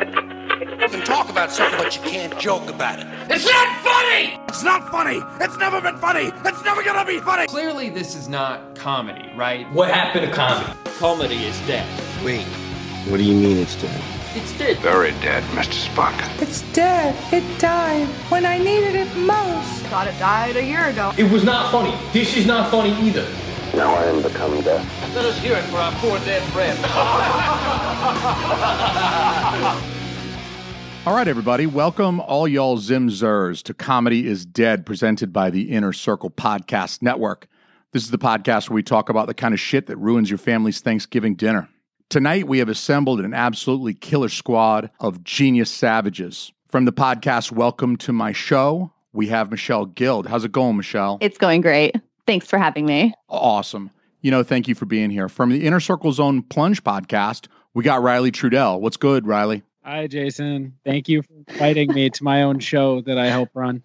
You can talk about something, but you can't joke about it. It's not funny! It's not funny! It's never been funny! It's never gonna be funny! Clearly, this is not comedy, right? What happened to comedy? Comedy is dead. Wait. What do you mean it's dead? It's dead. Very dead, Mr. Spock. It's dead. It died when I needed it most. Thought it died a year ago. It was not funny. This is not funny either. Now I am become death. Let us hear it for our poor dead friend. all right, everybody. Welcome, all y'all Zimzers, to Comedy is Dead, presented by the Inner Circle Podcast Network. This is the podcast where we talk about the kind of shit that ruins your family's Thanksgiving dinner. Tonight, we have assembled an absolutely killer squad of genius savages. From the podcast Welcome to My Show, we have Michelle Guild. How's it going, Michelle? It's going great. Thanks for having me. Awesome. You know, thank you for being here. From the Inner Circle Zone Plunge podcast, we got Riley Trudell. What's good, Riley? Hi, Jason. Thank you for inviting me to my own show that I help run.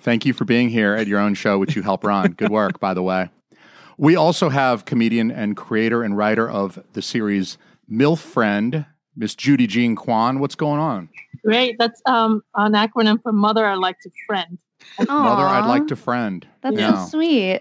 Thank you for being here at your own show, which you help run. good work, by the way. We also have comedian and creator and writer of the series MILF Friend, Miss Judy Jean Kwan. What's going on? Great. That's um, an acronym for Mother I'd Like to Friend. Aww. Mother I'd Like to Friend. That's yeah. so sweet.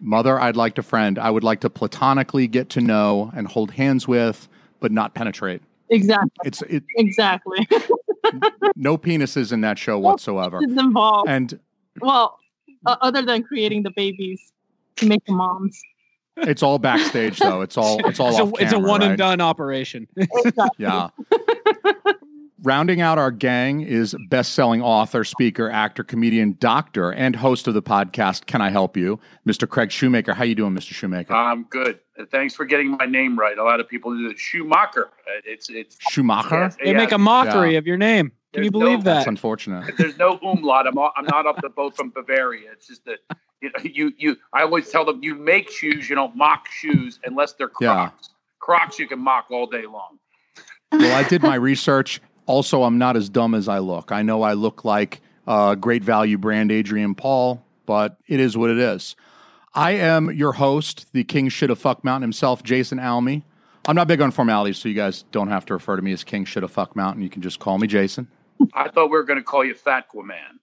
Mother I'd Like to Friend. I would like to platonically get to know and hold hands with, but not penetrate. Exactly. It's it, exactly. no penises in that show whatsoever. involved. And well, uh, other than creating the babies to make the moms. It's all backstage though. It's all it's all it's, off a, it's camera, a one right? and done operation. yeah. Rounding out our gang is best-selling author, speaker, actor, comedian, doctor, and host of the podcast Can I Help You, Mr. Craig Shoemaker. How you doing, Mr. Shoemaker? I'm good. Thanks for getting my name right. A lot of people do it. Schumacher. It's it's Schumacher. They yeah. make a mockery yeah. of your name. Can There's you believe no, that? That's unfortunate. There's no umlaut. I'm, I'm not up the boat from Bavaria. It's just that you, know, you you I always tell them you make shoes, you don't mock shoes unless they're Crocs. Yeah. Crocs you can mock all day long. Well, I did my research. Also, I'm not as dumb as I look. I know I look like uh, great value brand Adrian Paul, but it is what it is. I am your host, the king shit of fuck mountain himself, Jason Almy. I'm not big on formalities, so you guys don't have to refer to me as king shit of fuck mountain. You can just call me Jason. I thought we were going to call you Fatquaman.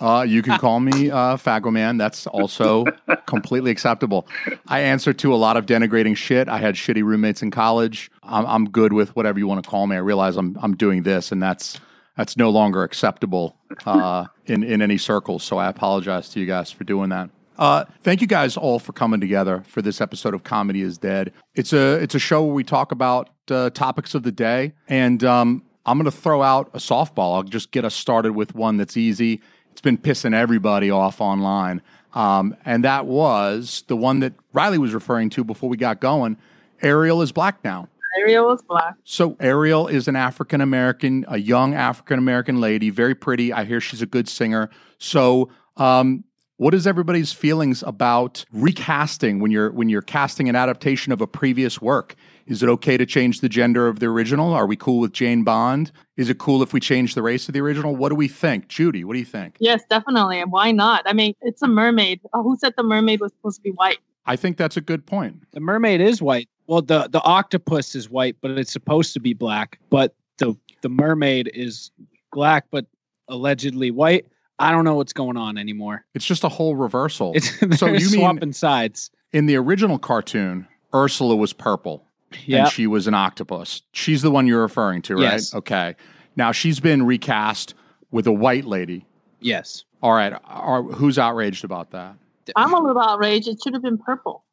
uh, you can call me uh, Fagoman. That's also completely acceptable. I answer to a lot of denigrating shit. I had shitty roommates in college. I'm, I'm good with whatever you want to call me. I realize I'm I'm doing this, and that's that's no longer acceptable uh, in in any circles. So I apologize to you guys for doing that. Uh, thank you guys all for coming together for this episode of Comedy Is Dead. It's a it's a show where we talk about uh, topics of the day, and um, I'm going to throw out a softball. I'll just get us started with one that's easy. It's been pissing everybody off online. Um, and that was the one that Riley was referring to before we got going. Ariel is black now. Ariel is black. So, Ariel is an African American, a young African American lady, very pretty. I hear she's a good singer. So, um, what is everybody's feelings about recasting when you're when you're casting an adaptation of a previous work? Is it okay to change the gender of the original? Are we cool with Jane Bond? Is it cool if we change the race of the original? What do we think, Judy? What do you think? Yes, definitely. And why not? I mean, it's a mermaid. Oh, who said the mermaid was supposed to be white? I think that's a good point. The mermaid is white. Well, the the octopus is white, but it's supposed to be black. But the the mermaid is black, but allegedly white. I don't know what's going on anymore. It's just a whole reversal. It's so you swapping mean, sides. In the original cartoon, Ursula was purple. Yep. And she was an octopus. She's the one you're referring to, right? Yes. Okay. Now she's been recast with a white lady. Yes. All right. Are, who's outraged about that? I'm a little outraged. It should have been purple.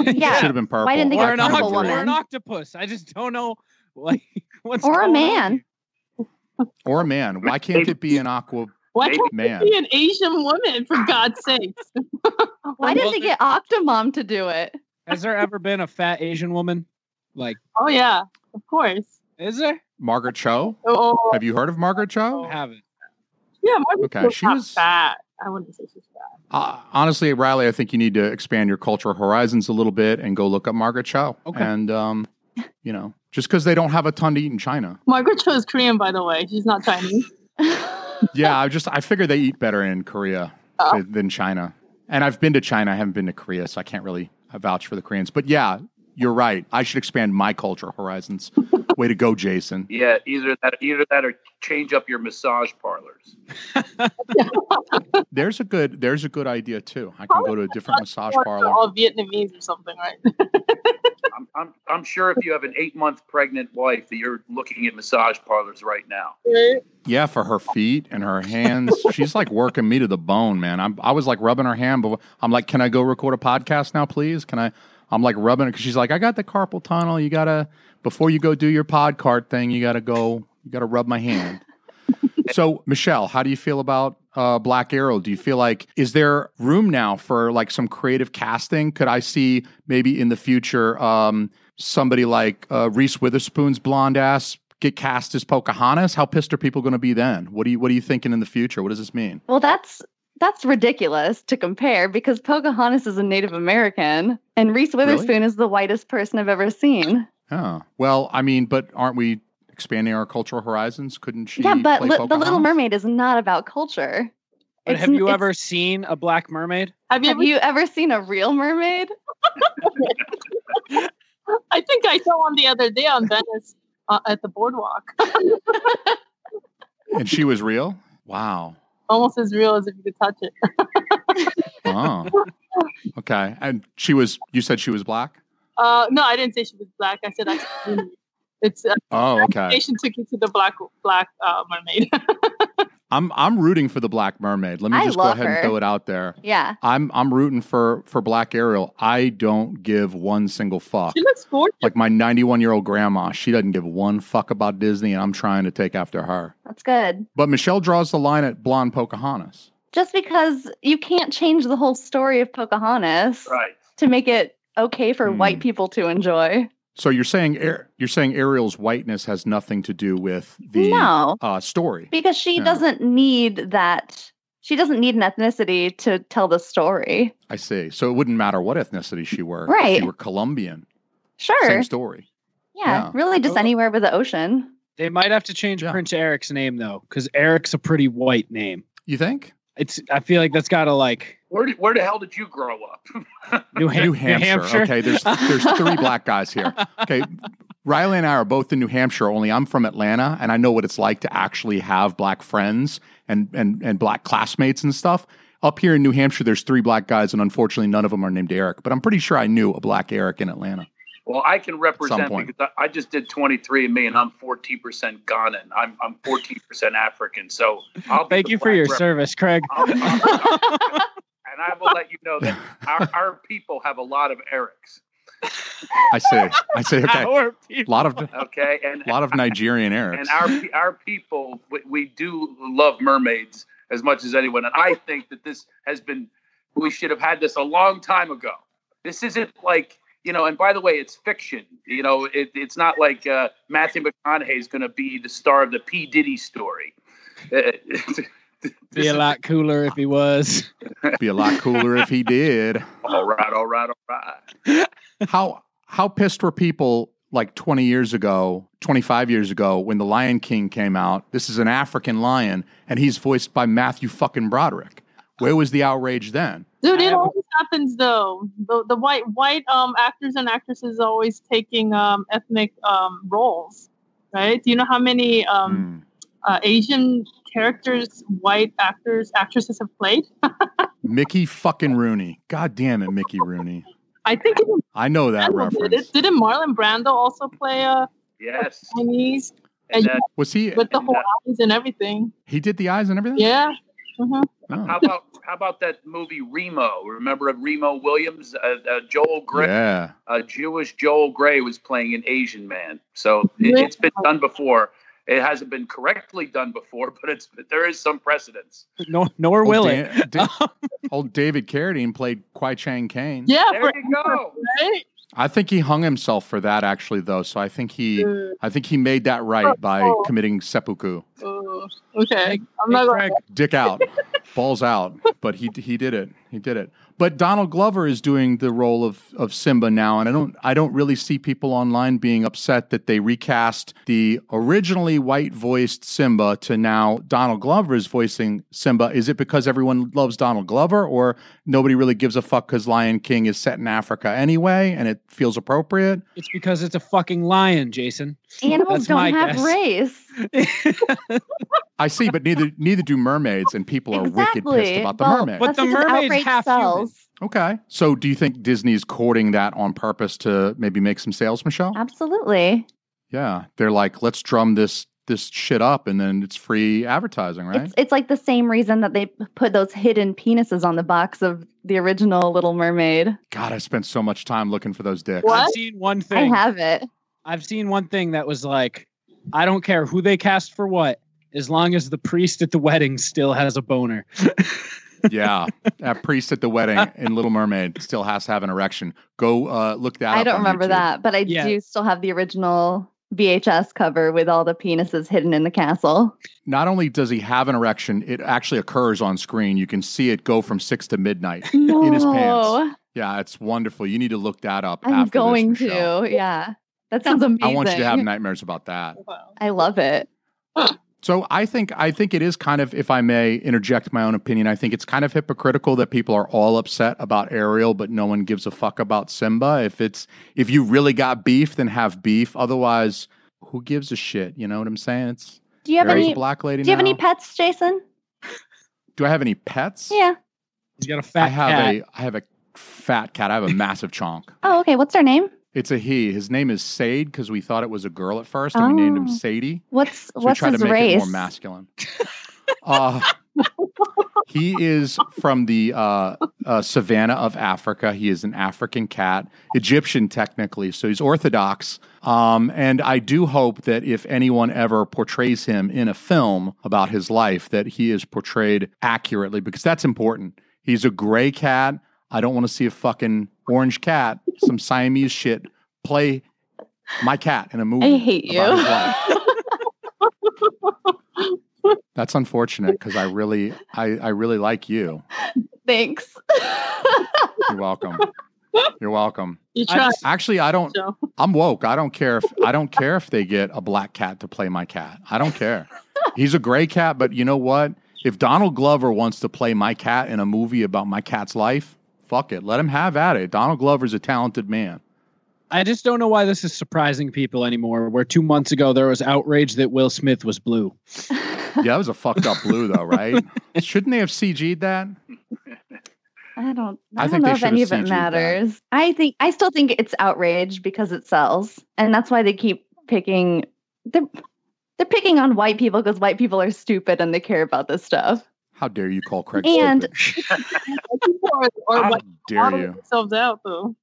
yeah. Should have been purple. Why didn't they or get purple oct- woman? Or an octopus. I just don't know like what's Or a man. On. Or a man. Why can't it be an aqua why can't Man. be an Asian woman for God's sakes? Why didn't they get Octomom to do it? Has there ever been a fat Asian woman? Like, oh yeah, of course. Is there Margaret Cho? Oh, Have you heard of Margaret Cho? I haven't. Yeah, Margaret Okay, Cho's she not was- fat. I wouldn't say she's fat. Uh, honestly, Riley, I think you need to expand your cultural horizons a little bit and go look up Margaret Cho. Okay. And um, you know, just because they don't have a ton to eat in China. Margaret Cho is Korean, by the way. She's not Chinese. yeah, I just I figure they eat better in Korea Oh. than than China. And I've been to China, I haven't been to Korea, so I can't really vouch for the Koreans. But yeah, you're right. I should expand my cultural horizons. Way to go, Jason. Yeah, either that, either that, or change up your massage parlors. There's a good there's a good idea too. I can go to a different massage parlor. All Vietnamese or something, right? I'm, I'm, I'm sure if you have an eight month pregnant wife, that you're looking at massage parlors right now. Yeah, for her feet and her hands. She's like working me to the bone, man. I'm, I was like rubbing her hand, but I'm like, can I go record a podcast now, please? Can I? I'm like rubbing it because she's like, I got the carpal tunnel. You gotta before you go do your pod cart thing, you gotta go, you gotta rub my hand. so, Michelle, how do you feel about uh, Black Arrow? Do you feel like is there room now for like some creative casting? Could I see maybe in the future um, somebody like uh, Reese Witherspoon's blonde ass get cast as Pocahontas? How pissed are people going to be then? What do you What are you thinking in the future? What does this mean? Well, that's that's ridiculous to compare because Pocahontas is a Native American and Reese Witherspoon is the whitest person I've ever seen. Oh, well, I mean, but aren't we expanding our cultural horizons? Couldn't she? yeah, but play li- The Little Pocahontas? Mermaid is not about culture. But It's have n- you it's- ever seen a black mermaid? Have you, ever seen a real mermaid? I think I saw one the other day on Venice uh, at the boardwalk. and she was real. Wow. Almost as real as if you could touch it. Oh. Okay. And she was. You said she was black. Uh, no, I didn't say she was black. I said I. It's uh, Oh, okay. Asian took you to the black black uh, mermaid. I'm I'm rooting for the Black Mermaid. Let me I just go love ahead her. and throw it out there. yeah. I'm I'm rooting for for Black Ariel. I don't give one single fuck. She looks gorgeous. Like my 91 year old grandma, she doesn't give one fuck about Disney, and I'm trying to take after her. That's good. But Michelle draws the line at blonde Pocahontas. Just because you can't change the whole story of Pocahontas right. to make it okay for Hmm. white people to enjoy. So you're saying Ar- you're saying Ariel's whiteness has nothing to do with the No. uh, story. Because she Yeah. doesn't need that. She doesn't need an ethnicity to tell the story. I see. So it wouldn't matter what ethnicity she were. If Right. she were Colombian. Sure. Same story. Yeah, Yeah. really just Oh. anywhere with the ocean. They might have to change Prince Eric's name though, because Eric's a pretty white name. You think? It's. I feel like that's got to like Where did, where the hell did you grow up? New, Ham- New Hampshire. Hampshire. Okay, there's there's three black guys here. Okay, Riley and I are both in New Hampshire. Only I'm from Atlanta, and I know what it's like to actually have black friends and and and black classmates and stuff. Up here in New Hampshire, there's three black guys, and unfortunately, none of them are named Eric. But I'm pretty sure I knew a black Eric in Atlanta. Well, I can represent point. because I, I just did 23 and me, and I'm 14 percent Ghana, and I'm I'm 14 percent African. So I'll be Thank the you for black your rep- service, Craig. and I will let you know that our, our people have a lot of Erics. I say, I say, okay, a lot of a okay, and lot of Nigerian Erics. and our pe- our people we, we do love mermaids as much as anyone, and I think that this has been we should have had this a long time ago. This isn't like you know, and by the way, it's fiction. You know, it, it's not like uh, Matthew McConaughey is going to be the star of the P Diddy story. Uh, Be a lot cooler if he was. Be a lot cooler if he did. all right, all right, all right. how how pissed were people like 20 years ago 25 years ago when the lion king came out this is an african lion and he's voiced by matthew fucking broderick where was the outrage then Dude, it always happens though. The the white white um actors and actresses always taking um ethnic um roles, right? Do you know how many um uh, Asian characters white actors actresses have played? Hmm. mickey fucking rooney god damn it mickey rooney I think even i know that Brando did reference it. Didn't Marlon Brando also play a yes Chinese And uh, And- that, was he with the whole eyes and everything? he did the eyes and everything Yeah. Mhm. Oh. how about how about that movie Remo? Remember Remo Williams, uh, uh, Joel Gray, yeah a Jewish Joel Gray was playing an Asian man. So it, it's been done before. It hasn't been correctly done before, but it's but there is some precedence. No, nor Old will Oh, Dan- it. Da- old david carradine played kwai chang kane Yeah. There you go. Right? I think he hung himself for that actually though. So I think he Mm. I think he made that right by Oh. committing seppuku. Oh, okay. I'm not going. Craig, Dick out, balls out, but he he did it. He did it. But Donald Glover is doing the role of of Simba now and I don't I don't really see people online being upset that they recast the originally white-voiced Simba to now Donald Glover is voicing Simba. Is it because everyone loves Donald Glover or nobody really gives a fuck cuz Lion King is set in Africa anyway and it feels appropriate? It's because it's a fucking lion, Jason. That's Animals don't my have guess. race. I see, but neither neither do mermaids, and people are wicked pissed Exactly. about the Well, mermaid. But that's the just mermaid's outrage half sells. Okay. So do you think Disney's courting that on purpose to maybe make some sales, Michelle? Uh, Absolutely. Yeah. They're like, let's drum this this shit up and then it's free advertising, right? It's, it's like the same reason that they put those hidden penises on the box of the original Little Mermaid. God, I spent so much time looking for those dicks. What? I've seen one I thing. have it. I've seen one thing that was like, I don't care who they cast for what, as long as the priest at the wedding still has a boner. yeah. That priest at the wedding in Little Mermaid still has to have an erection. Go uh, look that up. I don't on remember YouTube. that, but I Yeah. do still have the original VHS cover with all the penises hidden in the castle. Not only does he have an erection, it actually occurs on screen. You can see it go from six to midnight in his No. pants. Yeah, it's wonderful. You need to look that up I'm after going this, Michelle. to. Yeah. That sounds amazing. I want you to have nightmares about that. I love it. So I think I think it is kind of, if I may interject my own opinion, I think it's kind of hypocritical that people are all upset about Ariel, but no one gives a fuck about Simba. If it's if you really got beef, then have beef. Otherwise, who gives a shit? You know what I'm saying? It's Do you have Ariel's any a black lady. Do you have any now. pets, Jason? Do I have any pets? Yeah. You got a I have a I have a fat cat. I have a massive chonk. Oh, okay. What's their name? It's a he. His name is Sade because we thought it was a girl at first, and we named him Oh. Sadie. What's So what's we try his to make race? it more masculine. Uh, he is from the uh, uh, savannah of Africa. He is an African cat, Egyptian technically, so he's Orthodox. Um, and I do hope that if anyone ever portrays him in a film about his life, that he is portrayed accurately because that's important. He's a gray cat. I don't want to see a fucking orange cat, some Siamese shit play my cat in a movie. I hate you. about his life. That's unfortunate because I really, I, I really like you. Thanks. You're welcome. You're welcome. You tried. Actually, I don't. I'm woke. I don't care if I don't care if they get a black cat to play my cat. I don't care. He's a gray cat, but you know what? If Donald Glover wants to play my cat in a movie about my cat's life, fuck it. Let him have at it. Donald Glover's a talented man. I just don't know why this is surprising people anymore. Where two months ago there was outrage that Will Smith was blue. Yeah, that was a fucked up blue though, right? Shouldn't they have CG'd that? I don't. I I, think don't they know if should've any of it CG'd that. matters. I think I still think it's outrage because it sells, and that's why they keep picking. They're they're picking on white people because white people are stupid and they care about this stuff. How dare you call Craig and stupid? or, or How what dare model you? themselves out though.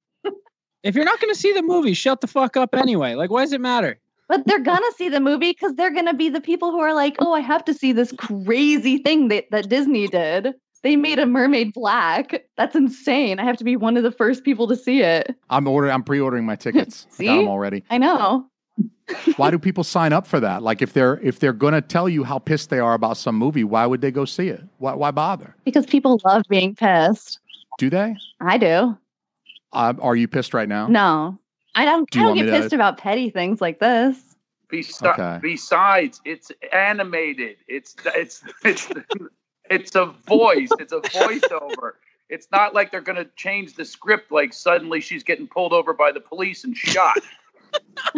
If you're not going to see the movie, shut the fuck up anyway. Like, why does it matter? but they're gonna see the movie because they're gonna be the people who are like, oh, I have to see this crazy thing that, that Disney did. They made a mermaid black. That's insane. I have to be one of the first people to see it. I'm ordering. I'm pre-ordering my tickets. I got See? them already. I know. why do people sign up for that? Like if they're if they're gonna tell you how pissed they are about some movie, why would they go see it? Why why bother? Because people love being pissed. Do they? I do. Uh, are you pissed right now? No. I don't Do I you want don't get me to- pissed about petty things like this. Besi- Okay. Besides, it's animated. It's it's it's it's a voice. It's a voiceover. It's not like they're going to change the script. Like suddenly she's getting pulled over by the police and shot.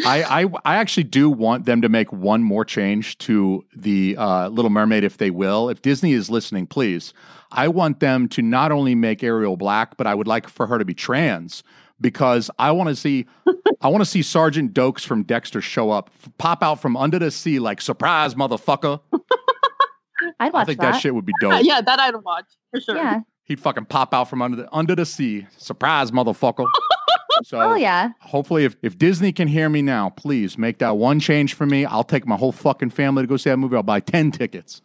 I, I I actually do want them to make one more change to the uh, Little Mermaid if they will. If Disney is listening, please. I want them to not only make Ariel black, but I would like for her to be trans because I want to see I want to see Sergeant Dokes from Dexter show up, f- pop out from under the sea like surprise motherfucker. I'd watch I think that. that. shit would be Yeah, dope. yeah, that I'd watch for sure. Yeah. He'd fucking pop out from under the under the sea. Surprise, motherfucker. So Oh yeah. hopefully if, if Disney can hear me now, please make that one change for me. I'll take my whole fucking family to go see that movie. I'll buy ten tickets.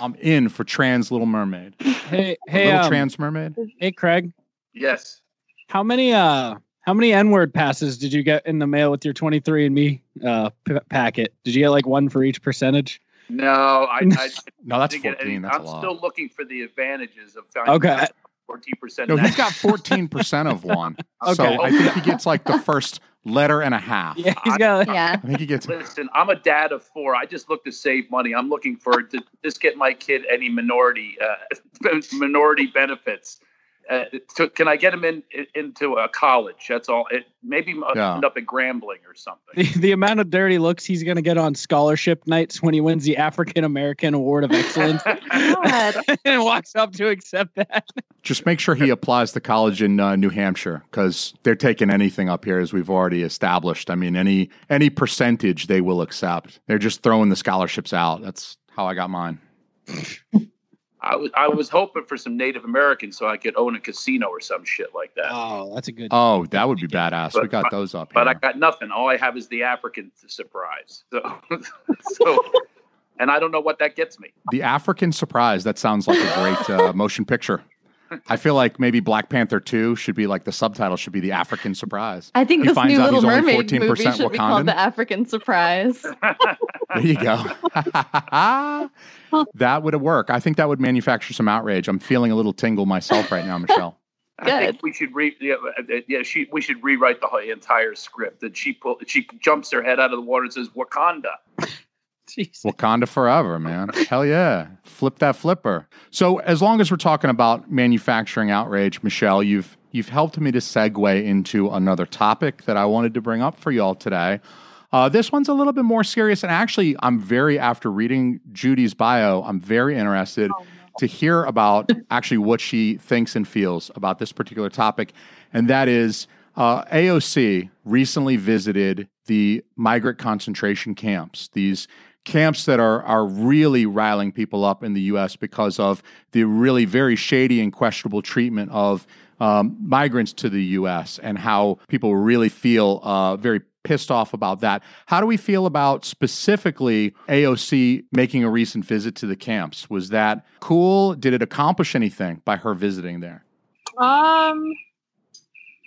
I'm in for trans Little Mermaid. Hey, hey, Little um, Trans Mermaid. hey, Craig. Yes. How many uh how many N-word passes did you get in the mail with your 23andMe uh p- packet? Did you get like one for each percentage? No, I. I No, that's didn't get any- 14. That's a I'm lot. still looking for the advantages of Okay. fourteen percent. No, he's got fourteen percent of one. So Okay. I think he gets like the first letter and a half. Yeah, he's got. Yeah. I think he gets Listen, I'm a dad of four. I just look to save money. I'm looking for to just get my kid any minority uh, minority benefits. Uh, to, can I get him in, in- into a college? That's all. It, maybe I'll Yeah. end up at Grambling or something. The, the amount of dirty looks he's going to get on scholarship nights when he wins the African American Award of Excellence and walks up to accept that. Just make sure he applies to college in uh, New Hampshire because they're taking anything up here, as we've already established. I mean, any any percentage they will accept. They're just throwing the scholarships out. That's how I got mine. I was I was hoping for some Native Americans so I could own a casino or some shit like that. Oh, that's a good. Oh, that would be badass. We got those up. But I got nothing. All I have is the African surprise. So, so and I don't know what that gets me. The African Surprise. That sounds like a great uh, motion picture. I feel like maybe Black Panther Two should be like the subtitle should be the African Surprise. I think He this finds new out Little he's only Mermaid movie 14% should be called Wakandan. The African Surprise. There you go. that would work. I think that would manufacture some outrage. I'm feeling a little tingle myself right now, Michelle. I think we should re yeah, uh, yeah she we should rewrite the whole entire script. That she pull she jumps her head out of the water and says Wakanda. Wakanda forever, man. Hell yeah. Flip that flipper. So as long as we're talking about manufacturing outrage, Michelle, you've you've helped me to segue into another topic that I wanted to bring up for y'all today. Uh, this one's a little bit more serious, and actually, I'm very after reading Judy's bio, I'm very interested to hear about actually what she thinks and feels about this particular topic, and that is uh, AOC recently visited the migrant concentration camps. These camps that are are really riling people up in the U.S. because of the really very shady and questionable treatment of um, migrants to the U.S. and how people really feel uh, very pissed off about that. How do we feel about specifically AOC making a recent visit to the camps? Was that cool? Did it accomplish anything by her visiting there? Um,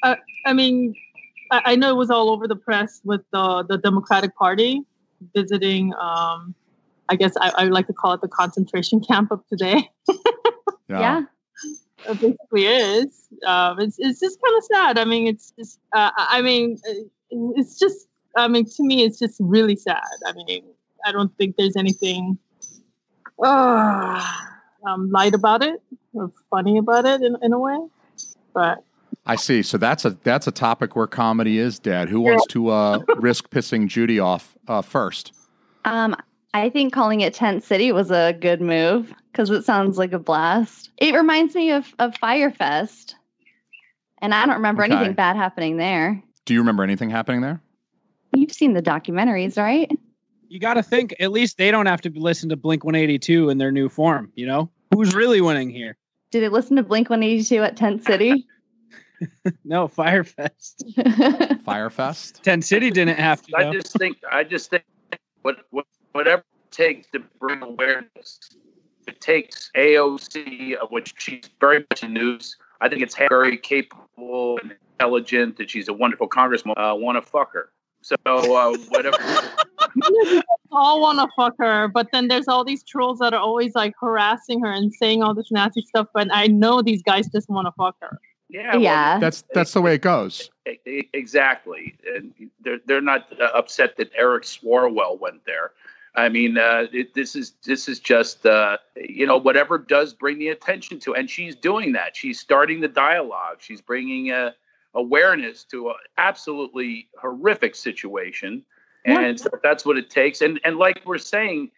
I, I mean, I, I know it was all over the press with the the Democratic Party visiting. Um, I guess I, I would like to call it the concentration camp of today. It basically is. Um, it's it's just kind of sad. I mean, it's just. Uh, I I mean, it- it's just. I mean, to me, it's just really sad. I mean, I don't think there's anything uh, um, light about it or funny about it in, in a way. But I see. So that's a that's a topic where comedy is dead. Who wants to uh, risk pissing Judy off uh, first? Um, I think calling it Tent City was a good move because it sounds like a blast. It reminds me of, of Firefest, and I don't remember Okay. anything bad happening there. Do you remember anything happening there? You've seen the documentaries, right? You got to think at least they don't have to listen to Blink 182 in their new form, you know? Who's really winning here? Did they listen to Blink 182 at Tent City? No, Firefest. Firefest? Ten City didn't have to. I though. just think I just think what, what whatever it takes to bring awareness. It takes AOC, of which she's very much in news. I think it's very capable and intelligent, and she's a wonderful congresswoman. I want to fuck her. So uh, whatever. all want to fuck her, but then there's all these trolls that are always like harassing her and saying all this nasty stuff. But I know these guys just want to fuck her. Yeah. well, That's that's the way it goes. E- e- Exactly, and they're they're not uh, upset that Eric Swarwell went there. I mean, uh, it, this is this is just uh, you know whatever does bring the attention to, and she's doing that. She's starting the dialogue. She's bringing uh, awareness to an absolutely horrific situation, and so that's what it takes. And and like we're saying,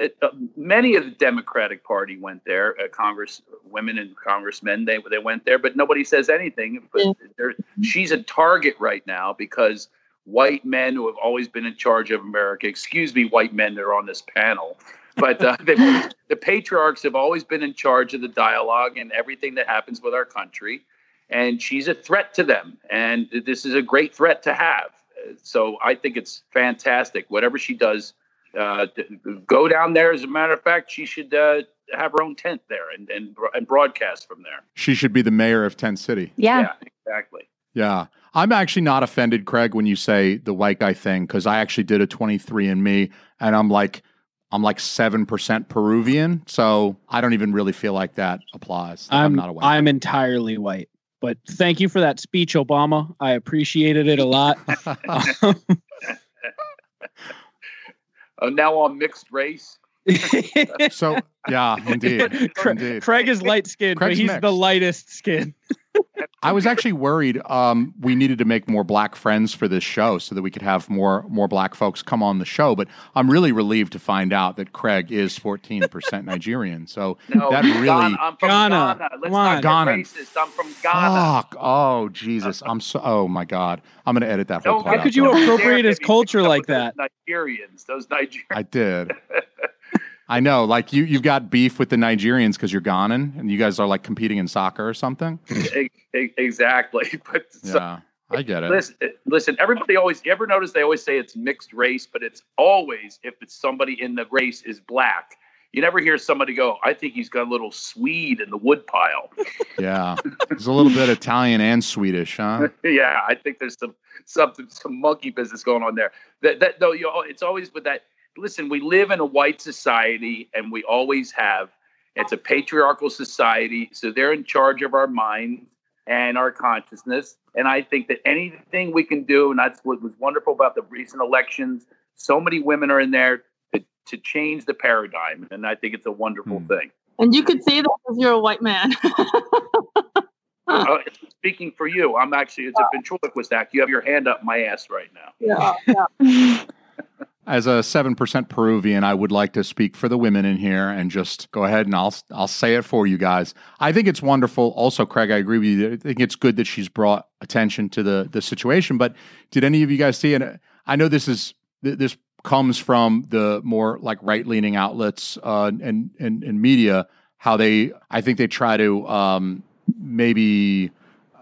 it- uh, many of the Democratic Party went there, uh, Congress women and congressmen. They they went there, but nobody says anything. But there- she's a target right now because white men who have always been in charge of America. Excuse me, white men that are on this panel, but uh, they, the patriarchs have always been in charge of the dialogue and everything that happens with our country. And she's a threat to them, and this is a great threat to have. Uh, So I think it's fantastic. Whatever she does, uh, d- go down there. As a matter of fact, she should uh, have her own tent there and and, bro- and broadcast from there. She should be the mayor of Tent City. yeah exactly. Yeah. I'm actually not offended, Craig, when you say the white guy thing, because I actually did a 23andMe and I'm like, I'm like 7% Peruvian. So I don't even really feel like that applies. Like, I'm, not a white. I'm entirely white. But thank you for that speech, Obama. I appreciated it a lot. Uh, now on mixed race. so yeah, indeed, Cra- indeed. Craig is light skinned, but Craig's he's mixed. the lightest skin. I was actually worried um, we needed to make more black friends for this show so that we could have more more black folks come on the show. But I'm really relieved to find out that Craig is 14% Nigerian. So that really Ghana, I'm from Ghana. Ghana. Let's Come on. not get Ghana. racist. I'm from Ghana. fuck. Oh Jesus, I'm so. Oh my God, I'm gonna edit that whole Don't part. get out, Could you don't worry. appropriate his culture like that? Nigerians, those Nigerians. I did. I know, like you, you've got beef with the Nigerians because you're Ghanan, and you guys are like competing in soccer or something. E- e- exactly. But so- Yeah, I get it. Listen, eh, listen, everybody always, you ever notice they always say it's mixed race, but it's always if it's somebody in the race is black. You never hear somebody go, I think he's got a little Swede in the woodpile. Yeah, there's a little bit Italian and Swedish, huh? yeah, I think there's some something some monkey business going on there. That that though you al- it's always with that listen, we live in a white society and we always have. It's a patriarchal society, so they're in charge of our mind and our consciousness. And I think that anything we can do, and that's what was wonderful about the recent elections, so many women are in there to, to change the paradigm. And I think it's a wonderful thing. And you could say that because you're a white man. Uh, speaking for you, I'm actually, it's a ventriloquist act. You have your hand up my ass right now. yeah, yeah. As a seven percent Peruvian, I would like to speak for the women in here and just go ahead and I'll I'll say it for you guys. I think it's wonderful. Also, Craig, I agree with you. I think it's good that she's brought attention to the the situation. But did any of you guys see? And I know this is th- this comes from the more like right leaning outlets uh, and and and media how they I think they try to um, maybe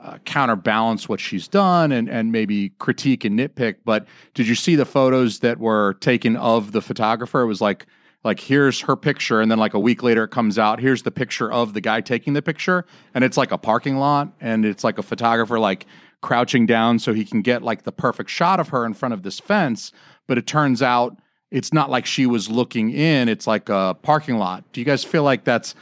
uh, counterbalance what she's done and and maybe critique and nitpick. But did you see the photos that were taken of the photographer? It was like like here's her picture, and then like a week later it comes out. Here's the picture of the guy taking the picture, and it's like a parking lot, and it's like a photographer like crouching down so he can get like the perfect shot of her in front of this fence. But it turns out it's not like she was looking in; it's like a parking lot. Do you guys feel like that's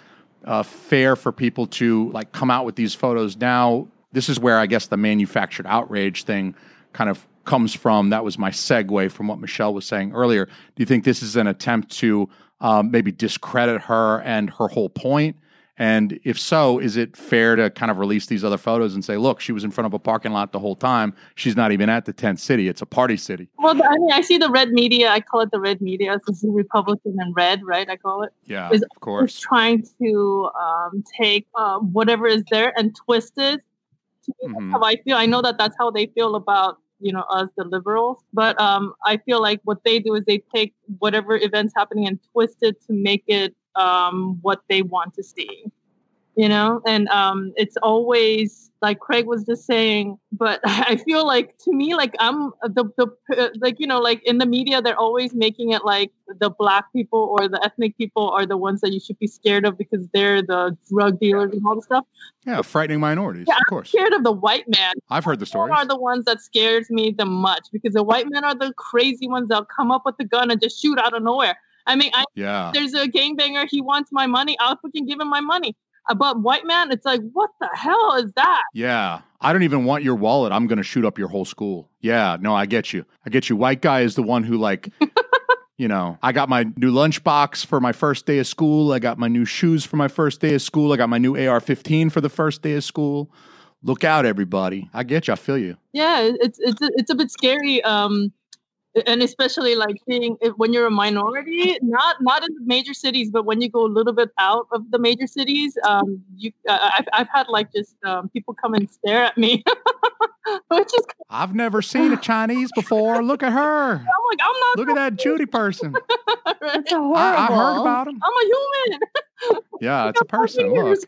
uh, fair for people to like come out with these photos now. This is where I guess the manufactured outrage thing kind of comes from. That was my segue from what Michelle was saying earlier. Do you think this is an attempt to um, maybe discredit her and her whole point? And if so, is it fair to kind of release these other photos and say, look, she was in front of a parking lot the whole time. She's not even at the tent city. It's a party city. Well, the- I mean, I see the red media. I call it the red media. This is Republican and red, right? I call it. Yeah, Is- of course. Trying to um, take uh, whatever is there and twist it. Mhm. How I feel. I know that that's how they feel about you know us, the liberals. But um, I feel like what they do is they take whatever events happening and twist it to make it um, what they want to see. You know, and um, it's always like Craig was just saying. But I feel like to me, like I'm the the uh, like you know, like in the media, they're always making it like the black people or the ethnic people are the ones that you should be scared of because they're the drug dealers and all this stuff. Yeah, frightening minorities, Yeah, of I'm course. scared of the white man. I've heard the Those stories. are the ones that scares me the much because the white men are the crazy ones that'll come up with the gun and just shoot out of nowhere. I mean, I Yeah. there's a gangbanger. He wants my money. I'll fucking give him my money. Uh, But white man, it's like, what the hell is that? Yeah. I don't even want your wallet. I'm going to shoot up your whole school. Yeah. No, I get you. I get you. White guy is the one who, like, you know, I got my new lunchbox for my first day of school. I got my new shoes for my first day of school. I got my new AR 15 for the first day of school. Look out, everybody. I get you. I feel you. Yeah, it- it's it's a- it's a bit scary. Um, and especially like being if- when you're a minority, not not in the major cities, but when you go a little bit out of the major cities, um, you uh, I've I've had like just um, people come and stare at me, which is I've never seen a Chinese before. Look at her. I'm like I'm not Look at that Judy person. That's horrible. I- I heard about I'm a human. Yeah, it's a person. Look.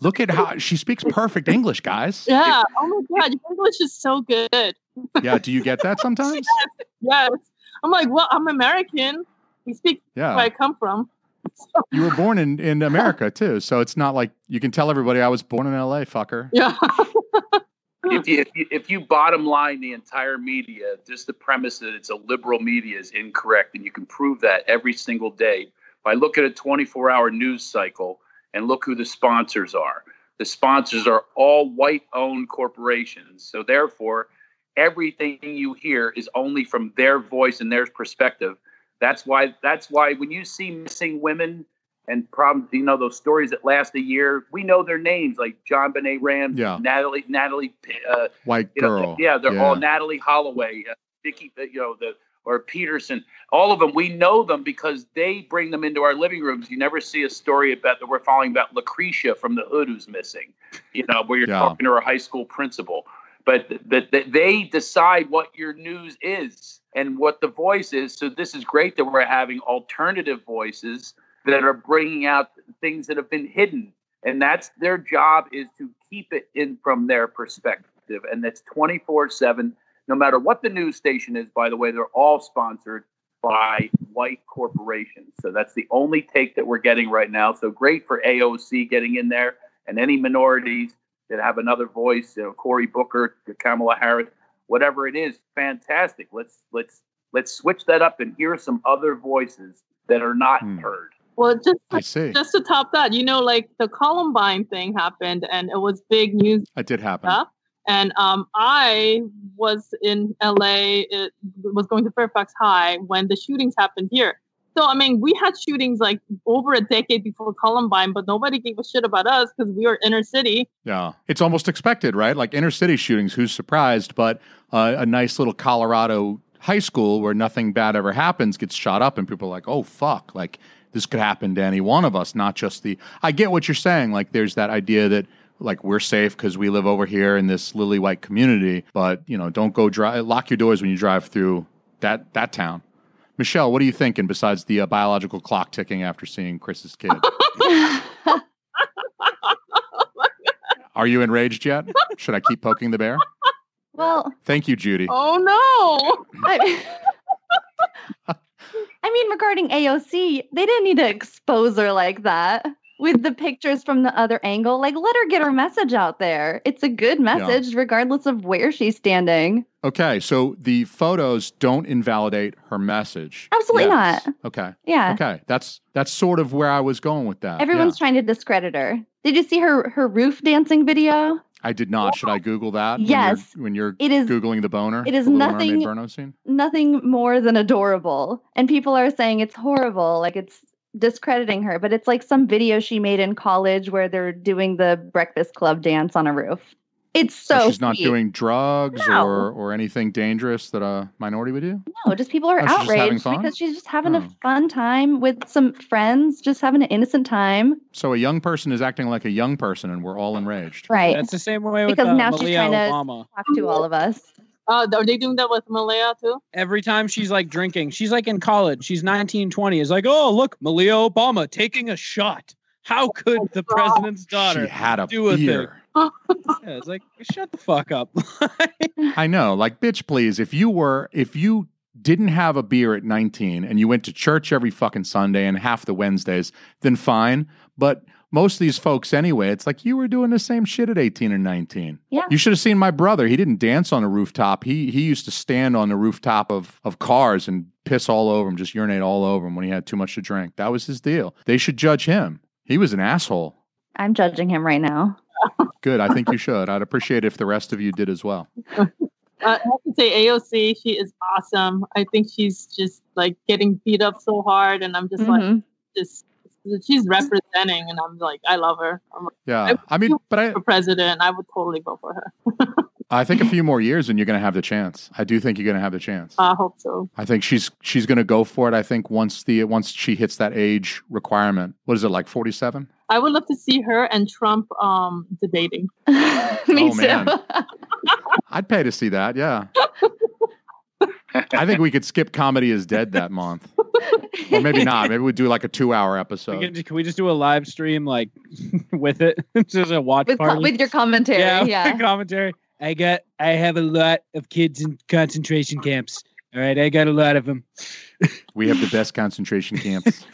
Look at how she speaks perfect English, guys. Yeah. Oh my god, your English is so good. Yeah. Do you get that sometimes? Yes. I'm like, well, I'm American. We speak Yeah. where I come from. you were born in, in America too, so it's not like you can tell everybody I was born in L.A. Fucker. Yeah. if you, if you if you bottom line the entire media, just the premise that it's a liberal media is incorrect, and you can prove that every single day by looking at a 24-hour news cycle and look who the sponsors are. The sponsors are all white-owned corporations, so therefore, everything you hear is only from their voice and their perspective. That's why. That's why when you see missing women and problems, you know those stories that last a year. We know their names, like John Benet Ram, Yeah. Natalie, Natalie, uh, White you know, girl. yeah, they're all Natalie Holloway, uh, Vicky, uh, you know the or Peterson. All of them. We know them because they bring them into our living rooms. You never see a story about that we're following about Lucretia from the Hood who's missing. You know where you're Yeah. talking to a high school principal, but th- that that they decide what your news is and what the voice is. So this is great that we're having alternative voices that are bringing out things that have been hidden and that's their job is to keep it in from their perspective and that's 24-7 no matter what the news station is by the way they're all sponsored by white corporations so that's the only take that we're getting right now so great for aoc getting in there and any minorities that have another voice you know cory booker kamala harris whatever it is fantastic let's let's let's switch that up and hear some other voices that are not heard Well, just I see. just to top that, you know, like the Columbine thing happened, and it was big news. It did happen. stuff. And um, I was in LA, it was going to Fairfax High when the shootings happened here. So, I mean, we had shootings like over a decade before Columbine, but nobody gave a shit about us because we were inner city. Yeah. It's almost expected, right? Like inner city shootings, who's surprised? But uh, a nice little Colorado high school where nothing bad ever happens gets shot up, and people are like, oh, fuck. Like this could happen to any one of us, not just the. I get what you're saying. Like there's that idea that. Like we're safe because we live over here in this lily white community, but you know, don't go drive. Lock your doors when you drive through that that town. Michelle, what are you thinking besides the uh, biological clock ticking after seeing Chris's kid? Are you enraged yet? Should I keep poking the bear? Well, Thank you, Judy. oh no. I, I mean, regarding AOC, they didn't need to expose her like that with the pictures from the other angle. Like, let her get her message out there. It's a good message, regardless of where she's standing. Okay, so the photos don't invalidate her message. Absolutely not. Okay. Yeah. Okay. That's that's sort of where I was going with that. Everyone's Yeah. trying to discredit her. Did you see her her roof dancing video? I did not. Should I Google that? Yes. When you're, when It you're is- googling the boner. it is the Little nothing- Mermaid Bono scene. Nothing more than adorable. And people are saying it's horrible, like it's discrediting her, but it's like some video she made in college where they're doing the breakfast club dance on a roof. It's so And she's not cute. doing drugs No. or or anything dangerous that a minority would do. No, just people are Oh, she's just having outraged fun? Hmm. because she's just having a fun time with some friends, just having an innocent time. So a young person is acting like a young person, and we're all enraged. Right. That's the same way with because uh, now she's Malia trying to Obama. talk to all of us. Uh, are they doing that with Malaya too? Every time she's like drinking, she's like in college. She's 19, 20. Is like, oh look, Malia Obama taking a shot. How could the president's daughter? She had a do a thing. beer. Yeah, it's like shut the fuck up. I know. Like, bitch, please. If you were, if you didn't have a beer at 19 and you went to church every fucking Sunday and half the Wednesdays, then fine. But most of these folks, anyway, it's like you were doing the same shit at 18 and 19. Yeah. You should have seen my brother. He didn't dance on a rooftop. He he used to stand on the rooftop of of cars and piss all over him, just urinate all over him when he had too much to drink. That was his deal. They should judge him. He was an asshole. I'm judging him right now. Good. I think you should. I'd appreciate if the rest of you did as well. Uh, I have to say, AOC, she is awesome. I think she's just like getting beat up so hard, and I'm just like, Mhm. just she's representing, and I'm like, I love her. I'm like, Yeah. I mean, but I for president, I would totally vote for her. I think a few more years and you're going to have the chance. I do think you're going to have the chance. Uh, I hope so. I think she's she's going to go for it. I think once the once she hits that age requirement, what is it like 47? I would love to see her and Trump um, debating. Mm-hmm. Me Oh, man. I'd pay to see that. Yeah. I think we could skip comedy is dead that month. Or maybe not. Maybe we do like a 2-hour we can, episode. can we just do a live stream like with it? just a watch With, party co- with your commentary. Yeah, Yeah. with the commentary. I got. I have a lot of kids in concentration camps. All right, I got a lot of them. We have the best concentration camps.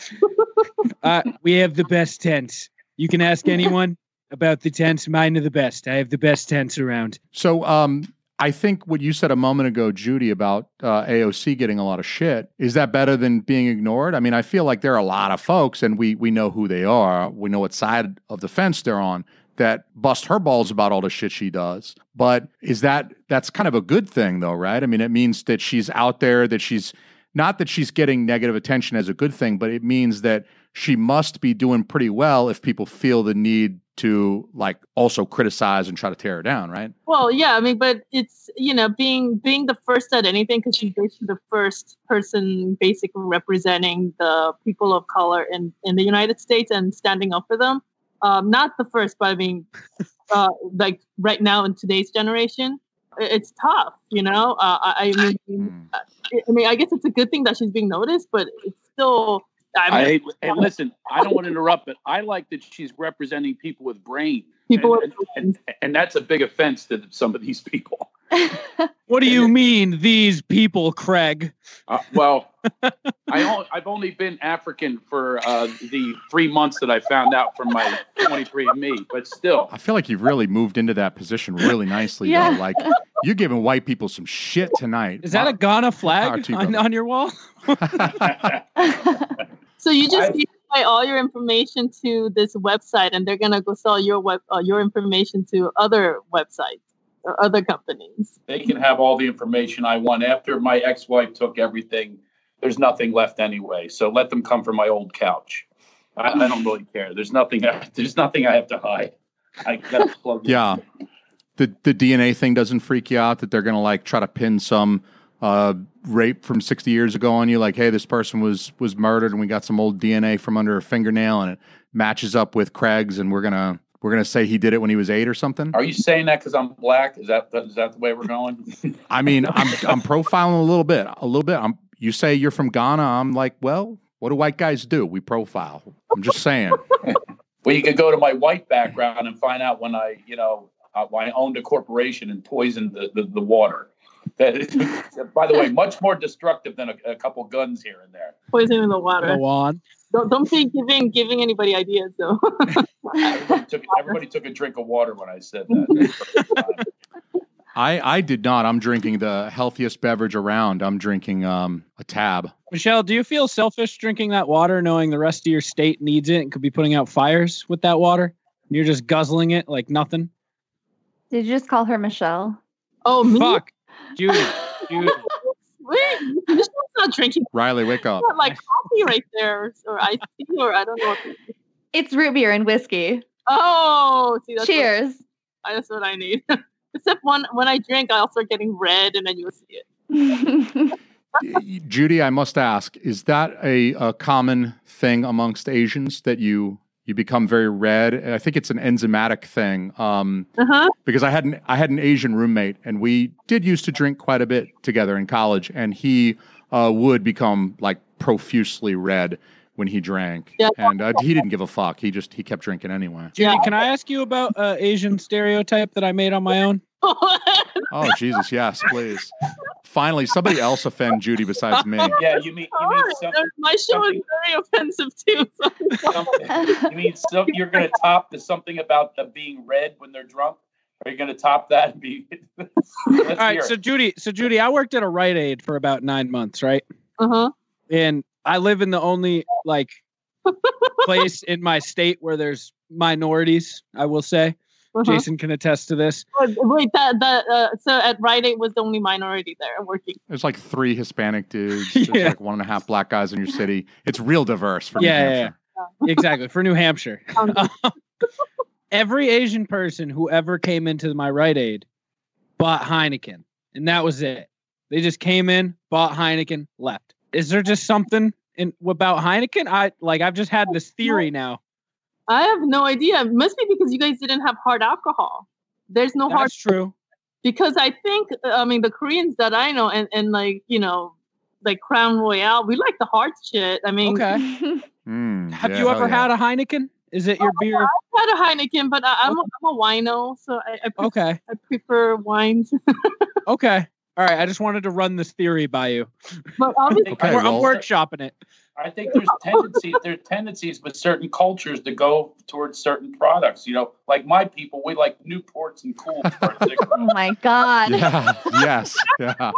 Uh, we have the best tents. You can ask anyone about the tents. Mine are the best. I have the best tents around. So um I think what you said a moment ago, Judy, about uh, AOC getting a lot of shit, is that better than being ignored? I mean, I feel like there are a lot of folks, and we we know who they are, we know what side of the fence they're on, that bust her balls about all the shit she does. But is that that's kind of a good thing, though, right? I mean, it means that she's out there, that she's Not that she's getting negative attention as a good thing, but it means that she must be doing pretty well if people feel the need to like also criticize and try to tear her down, right? Well, yeah, I mean, but it's you know being being the first at anything because she's basically the first person basically representing the people of color in in the United States and standing up for them. Um, not the first, but I mean, uh, like right now in today's generation, i- it's tough. You know, uh, I, I mean, I I mean, I guess it's a good thing that she's being noticed, but it's still. I, mean, I hate, and listen, I don't want to interrupt, but I like that she's representing people with brain. People and, and, and, and that's a big offense to some of these people. What do you mean, these people, Craig? Uh, well, I only, I've only been African for uh, the three months that I found out from my 23andMe, but still, I feel like you've really moved into that position really nicely. Yeah. though. Like you're giving white people some shit tonight. Is that a Power Ghana flag to you, on, brother. on your wall? So you just need to buy all your information to this website, and they're gonna go sell your web uh, your information to other websites or other companies. they can have all the information I want. After my ex wife took everything, there's nothing left anyway. So let them come for my old couch. I, I don't really care. There's nothing. There's nothing I have to hide. I got to plug. Yeah. The the DNA thing doesn't freak you out that they're gonna like try to pin some uh, rape from sixty years ago on you, like, hey, this person was was murdered and we got some old DNA from under a fingernail and it matches up with Craig's and we're gonna we're gonna say he did it when he was eight or something. Are you saying that because I'm black? Is that is that the way we're going? I mean, I'm I'm profiling a little bit. A little bit. I'm you say you're from Ghana, I'm like, well, what do white guys do? We profile. I'm just saying. Well, you could go to my white background and find out when I, you know, uh, when I owned a corporation and poisoned the, the, the water. That, by the way, much more destructive than a, a couple guns here and there. Poisoning the water. Go on. Don't, don't be giving giving anybody ideas though. Everybody took, everybody took a drink of water when I said that. I I did not. I'm drinking the healthiest beverage around. I'm drinking um a tab. Michelle, do you feel selfish drinking that water, knowing the rest of your state needs it and could be putting out fires with that water? And you're just guzzling it like nothing? Did you just call her Michelle? Oh, me? Fuck. Judy. Judy. Wait, Michelle's not drinking. Riley, wake She's up. got, like coffee right there, or iced tea, or I don't know. What It's root beer and whiskey. oh, see, that's Cheers. What, that's what I need. Except when when I drink, I'll start getting red, and then you'll see it. Oh Judy, I must ask, is that a, a common thing amongst Asians that you you become very red? I think it's an enzymatic thing. Um, Uh huh. because I had an I had an Asian roommate, and we did used to drink quite a bit together in college, and he uh, would become like profusely red when he drank, Yeah. and uh, he didn't give a fuck. He just he kept drinking anyway. Judy, can I ask you about uh, Asian stereotype that I made on my own? Oh Jesus, yes, please. Finally, somebody else offend Judy besides me. Yeah, you mean you mean something? My show is very offensive too. so- something you mean some, you're going to top the something about the being red when they're drunk? Are you going to top that? And be, let's All right, hear it. so Judy, so Judy, I worked at a Rite Aid for about nine months, right? Uh huh. And I live in the only like place in my state where there's minorities. I will say, uh-huh. Jason can attest to this. Wait, wait, that that uh, so at Rite Aid was the only minority there working. There's like three Hispanic dudes. There's Yeah. like one and a half black guys in your city. It's real diverse for Yeah, New yeah, Hampshire. yeah. exactly for New Hampshire. Um, Every Asian person who ever came into my Rite Aid bought Heineken, and that was it. They just came in, bought Heineken, left. Is there just something in about Heineken? I like I've just had this theory now. I have no idea. It must be because you guys didn't have hard alcohol. There's no hard That's true. because I think I mean the Koreans that I know and and like you know like Crown Royale, we like the hard shit. I mean, Okay. Mm, Have yeah, you hell ever yeah. had a Heineken? Is it your Uh, beer? I had a Heineken, but I, I'm, a, I'm a wino, so I I, pre- Okay. I prefer wines. Okay. All right. I just wanted to run this theory by you. but obviously, Okay, We're- well- I'm workshopping it. I think there's tendencies there are tendencies with certain cultures to go towards certain products. You know, like my people, we like Newports and cool. Oh my God. Yeah. yes. Yeah.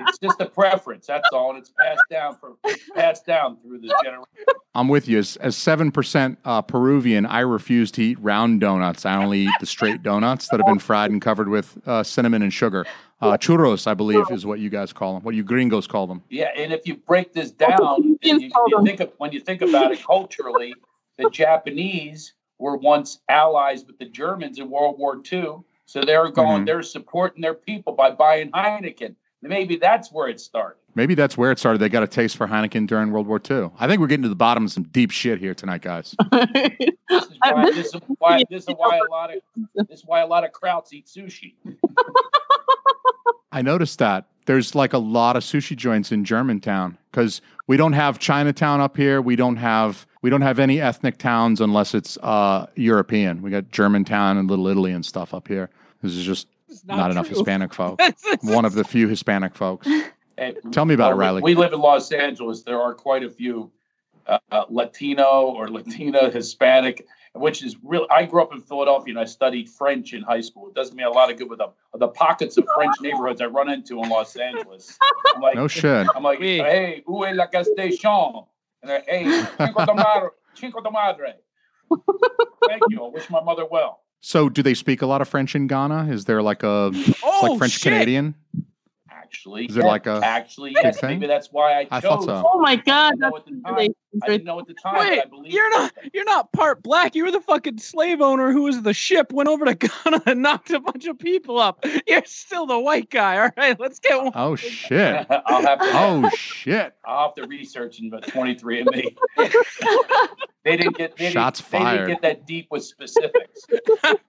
it's just a preference. That's all, and it's passed down for it's passed down through the generation. I'm with you. As as seven percent uh, Peruvian, I refuse to eat round donuts. I only eat the straight donuts that have been fried and covered with uh, cinnamon and sugar. Uh, churros, I believe, is what you guys call them. What you gringos call them. Yeah, and if you break this down, and you, you think of, when you think about it culturally, the Japanese were once allies with the Germans in World War II, so they're going, Mhm. they're supporting their people by buying Heineken. Maybe that's where it started. Maybe that's where it started. They got a taste for Heineken during World War II. I think we're getting to the bottom of some deep shit here tonight, guys. Why- Uh, this is why this is why a lot of this is why a lot of krauts eat sushi. I noticed that there's like a lot of sushi joints in Germantown because we don't have Chinatown up here. We don't have we don't have any ethnic towns unless it's uh, European. We got Germantown and Little Italy and stuff up here. This is just not, not enough true. Hispanic folk. One of the few Hispanic folks. Hey, Tell me about it, Uh, we- Riley. We live in Los Angeles. There are quite a few uh, uh, Latino Mm-hmm. or Latina Hispanic, which is real. I grew up in Philadelphia and I studied French in high school. It doesn't mean a lot of good with the, the pockets of French neighborhoods I run into in Los Angeles. I'm like, No shit. I'm like, hey, où est la gastation? And they're, hey, Cinco de Madre. Cinco de Madre. Thank you. I wish my mother well. So, do they speak a lot of French in Ghana? Is there like a it's Oh, like French shit. Canadian? Actually, Is there like a actually big yes, thing? maybe that's why I chose. I thought so. Oh my god, I didn't know at the time. I didn't know at the time. Wait, but I believe you're not you're not part black. You were the fucking slave owner who was the ship went over to Ghana and knocked a bunch of people up. You're still the white guy. All right, let's get one. Oh shit! I'll have to. Oh shit! I'll have to research in about 23 and me. they didn't get they didn't- Shots they didn't, fired. get that deep with specifics.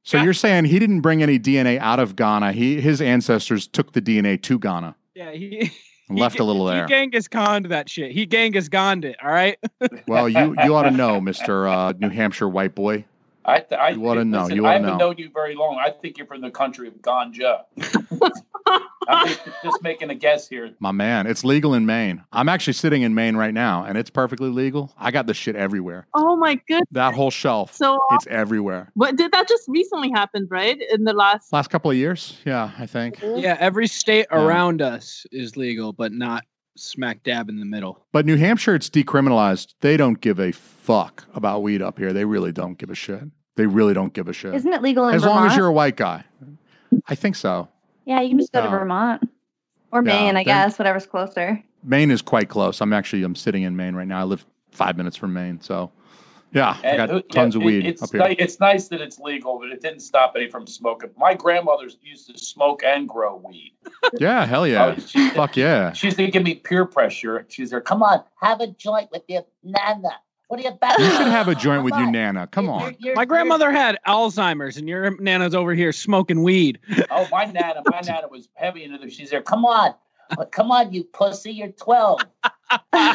So you're saying he didn't bring any DNA out of Ghana? He his ancestors took the DNA to Ghana Yeah, he, and left a little he there. Genghis Khan'd that shit. He Genghis Khan'd it. All right. Well, you you ought to know, Mister uh, New Hampshire white boy. I, th- I You ought to think- know. listen, You I ought to haven't know. known you very long. I think you're from the country of ganja. I'm just, just making a guess here. My man, it's legal in Maine. I'm actually sitting in Maine right now, and it's perfectly legal. I got this shit everywhere. Oh my goodness. That whole shelf, So, it's everywhere. but did that just recently happen, right? In the last Last couple of years, yeah, I think. Yeah, every state Yeah. around us is legal, but not smack dab in the middle. But New Hampshire, it's decriminalized. They don't give a fuck about weed up here. They really don't give a shit. They really don't give a shit. Isn't it legal in as Vermont? long as you're a white guy, I think so. yeah, you can just go to No. Vermont or Yeah, Maine, I then- guess, whatever's closer. Maine is quite close. I'm actually I'm sitting in Maine right now. I live five minutes from Maine, so yeah, I And got who- tons yeah, of weed it- it's up here. ni- it's nice that it's legal, but it didn't stop any from smoking. My grandmother used to smoke and grow weed. Yeah, hell yeah, Oh, she- fuck yeah. She used to give me peer pressure. She's like, "Come on, have a joint with your nana. What are you about?" You should have a joint with your nana. Come on, My grandmother had Alzheimer's, and your nana's over here smoking weed. Oh, my nana, my nana was heavy into this. She's there. Come on, Uh, come on, you pussy. You're 12.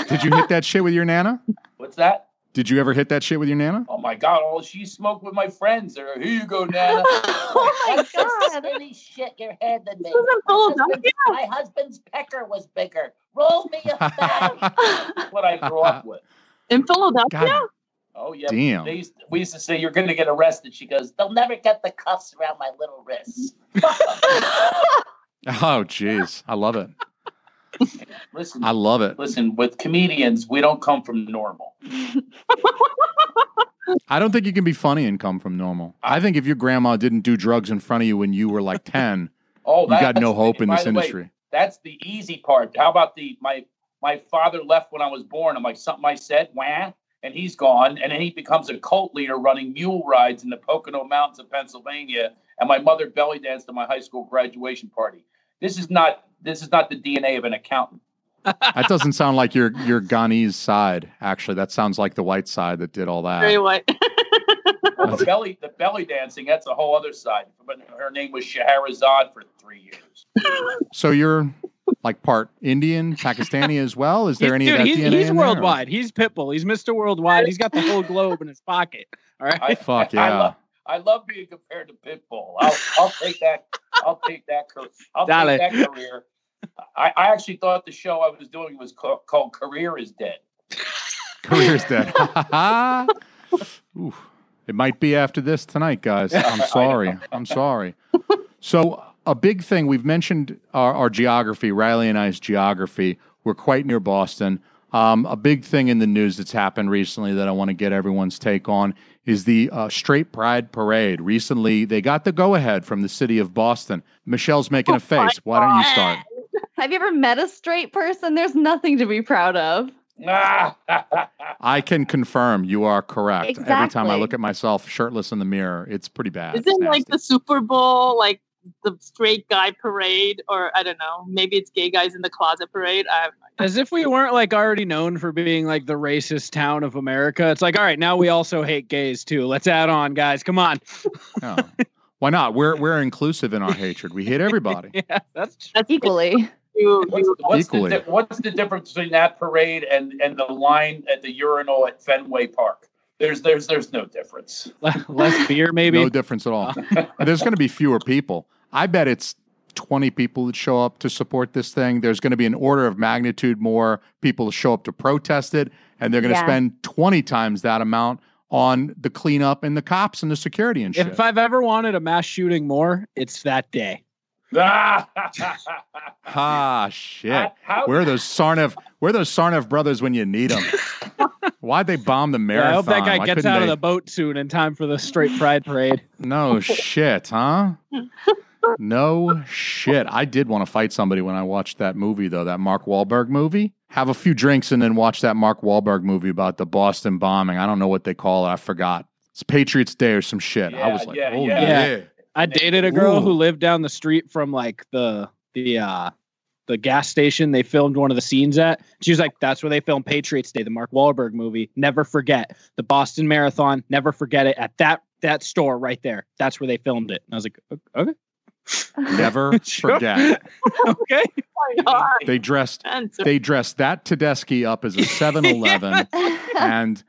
did you hit that shit with your nana? What's that? Did you ever hit that shit with your nana? Oh my God! All she smoked with my friends. There, here you go, nana. oh my God! Any shit your head than me. This isn't My Philadelphia. husband's, my husband's pecker was bigger. Roll me a bag. what I grew up with. in Philadelphia? God Oh yeah. Damn. They used, we used to say you're going to get arrested. She goes, They'll never get the cuffs around my little wrists. Oh jeez, I love it. "Listen, I love it. listen. With comedians, we don't come from normal. I don't think you can be funny and come from normal. I think if your grandma didn't do drugs in front of you when you were like ten, Oh, you got no that's- hope in by this the way, industry. that's the easy part. How about the my my father left when I was born. I'm like something I said, wah, and he's gone. And then he becomes a cult leader running mule rides in the Pocono Mountains of Pennsylvania. And my mother belly danced at my high school graduation party. This is not this is not the DNA of an accountant. that doesn't sound like your your Ghanese side. Actually, that sounds like the white side that did all Very that. white. Well, the belly the belly dancing, that's a whole other side. But her name was Scheherazade for three years. So you're like part Indian, Pakistani as well. Is there any Dude, of that he's, DNA? he's in there, or- worldwide. He's Pitbull. He's Mr. Worldwide. He's got the whole globe in his pocket. All right. I, Fuck I yeah. love I love being compared to Pitbull. I'll, I'll take that. I'll take that. car- I'll Dale. take that career. I, I actually thought the show I was doing was ca- called "Career Is Dead." Career's dead. Oof. It might be after this tonight, guys. I'm sorry. I'm sorry. So a big thing we've mentioned our, our geography. Riley and I's geography. We're quite near Boston. Um, a big thing in the news that's happened recently that I want to get everyone's take on is the uh, Straight Pride Parade. Recently, they got the go ahead from the city of Boston. Michelle's making a face. Why don't you start? Have you ever met a straight person? There's nothing to be proud of. Ah, I can confirm you are correct. Every time I Exactly. look at myself shirtless in the mirror, it's pretty bad. Isn't like the Super Bowl like the straight guy parade, or I don't know, maybe it's gay guys in the closet parade. I have As if we weren't like already known for being like the racist town of America. It's like, all right, now we also hate gays too. Let's add on, guys. Come on. No. Why not? We're we're inclusive in our hatred. We hate everybody. yeah, that's that's equally. What's, what's, the, Equally. di- what's the difference between that parade and, and the line at the urinal at Fenway Park? There's there's there's no difference. Less beer, maybe. No difference at all. And There's going to be fewer people. I bet it's 20 people that show up to support this thing. There's going to be an order of magnitude more people show up to protest it, and they're going to Yeah. spend 20 times that amount on the cleanup and the cops and the security and shit. If I've ever wanted a mass shooting more, it's that day. Ah, shit. How- how- where are those Sarnev? Where are those Sarnev brothers when you need them? Why'd they bomb the Yeah, marathon? I hope that guy Why gets couldn't out of they- the boat soon in time for the straight pride parade. No shit, huh? No shit. I did want to fight somebody when I watched that movie, though, that Mark Wahlberg movie. Have a few drinks and then watch that Mark Wahlberg movie about the Boston bombing. I don't know what they call it. I forgot. It's Patriots Day or some shit. I was like, oh, yeah. I dated a girl Ooh. who lived down the street from like the the uh the gas station they filmed one of the scenes at. She was like, "That's where they filmed Patriots Day, the Mark Wahlberg movie. Never forget the Boston Marathon. Never forget it at that that store right there. That's where they filmed it." And I was like, "O- "Okay, Never forget. okay." They dressed they dressed that Tedeschi up as a 7-Eleven and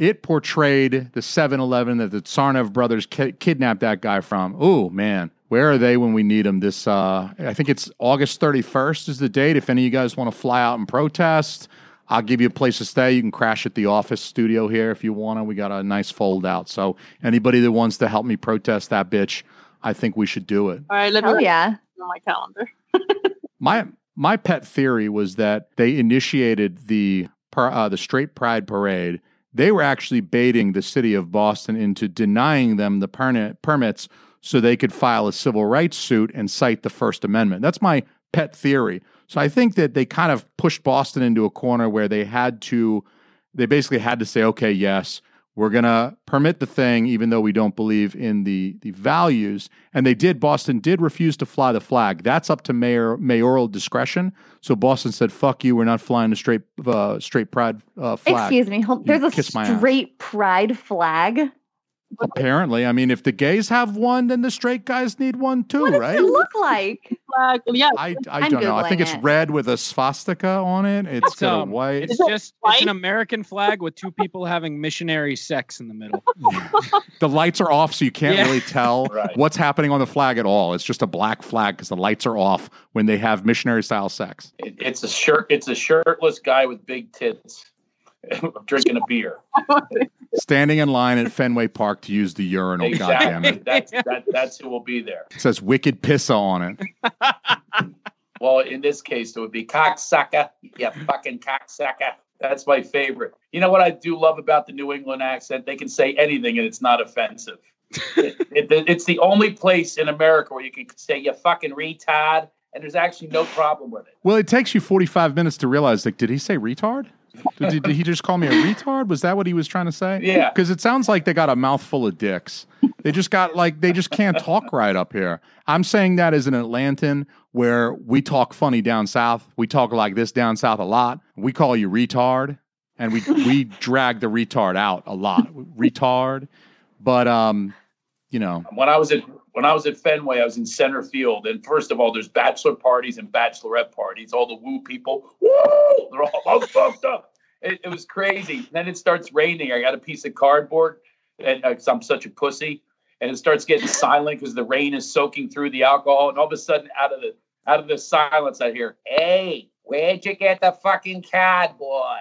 it portrayed the 7-Eleven that the Tsarnaev brothers ki- kidnapped that guy from. Oh man, where are they when we need them? This uh, I think it's August 31st is the date. If any of you guys want to fly out and protest, I'll give you a place to stay. You can crash at the office studio here if you want to. We got a nice fold out. So anybody that wants to help me protest that bitch, I think we should do it. All right, let Hell me yeah. on my calendar. My my pet theory was that they initiated the par- uh, the straight pride parade. They were actually baiting the city of Boston into denying them the perni- permits so they could file a civil rights suit and cite the First Amendment. That's my pet theory. So I think that they kind of pushed Boston into a corner where they had to they basically had to say, okay, yes, we're going to permit the thing, even though we don't believe in the the values. And they did. Boston did refuse to fly the flag. That's up to mayor mayoral discretion. So Boston said, "Fuck you, we're not flying the straight uh, straight pride uh, flag." Excuse me. Hold, You there's a kiss my ass. straight pride flag. Apparently, I mean, if the gays have one, then the straight guys need one too, What does right? it look like? Flag, yeah. I, I I'm don't know. I think Googling it's it. red with a swastika on it. It's It's, got a um, white. It's just it's an American flag with two people having missionary sex in the middle. the lights are off, so you can't Yeah. really tell what's happening on the flag at all. It's just a black flag because the lights are off when they have missionary style sex. It, it's a shirt. It's a shirtless guy with big tits drinking a beer. Standing in line at Fenway Park to use the urinal. Goddamn it! That's, that, that's who will be there. It says "wicked pissa" on it. Well, in this case, it would be cocksucker. Yeah, fucking cocksucker. That's my favorite. You know what I do love about the New England accent? They can say anything and it's not offensive. It- it- it's the only place in America where you can say you fucking retard, and there's actually no problem with it. Well, it takes you forty-five minutes to realize. Like, did he say retard? Did, did he just call me a retard? Was that what he was trying to say? Yeah. Because it sounds like they got a mouthful of dicks. They just got like they just can't talk right up here. I'm saying that as an Atlantan where we talk funny down south. We talk like this down south a lot. We call you retard, and we we drag the retard out a lot. Retard, but um, you know, When I was at when I was at Fenway, I was in center field, and first of all, there's bachelor parties and bachelorette parties. All the woo people, woo, they're all, all fucked up. It, it was crazy. Then it starts raining. I got a piece of cardboard, and uh, 'cause I'm such a pussy, and it starts getting silent because the rain is soaking through the alcohol, and all of a sudden, out of the out of the silence, I hear, "Hey, Where'd you get the fucking cardboard?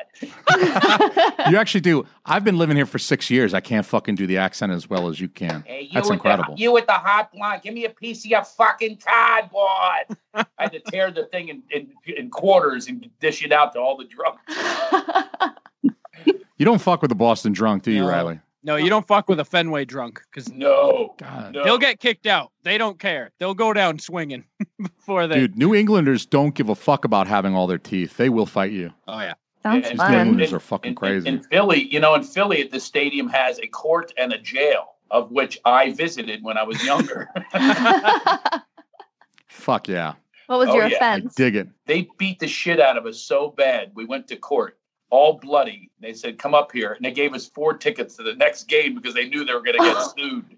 You actually do. I've been living here for six years. I can't fucking do the accent as well as you can. Hey, you That's with incredible. The, you with the hot blonde. Give me a piece of your fucking cardboard. I had to tear the thing in, in, in quarters and dish it out to all the drunk. You don't fuck with the Boston drunk, do you, Riley? No, you don't fuck with a Fenway drunk because no, they'll get kicked out. They don't care. They'll go down swinging before they. Dude, New Englanders don't give a fuck about having all their teeth. They will fight you. Oh yeah, sounds These New fun. Englanders are fucking crazy. In Philly, you know, in Philly, this stadium has a court and a jail, of which I visited when I was younger. Fuck yeah. What was Oh, your yeah. I offense? dig it. they beat the shit out of us so bad. We went to court, all bloody. They said, "Come up here," and they gave us four tickets to the next game because they knew they were going to get sued.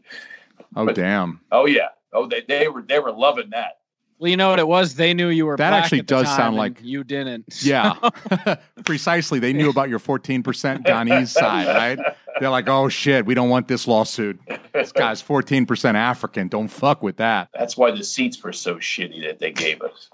Oh, damn. Oh yeah. Oh, they, they were they were loving that. Well, you know what it was. They knew you were. That black actually at the does time sound and like- you didn't. Yeah. Precisely. They knew about your 14% Guyanese side, right? They're like, oh shit, we don't want this lawsuit. This guy's 14% African. Don't fuck with that. That's why the seats were so shitty that they gave us.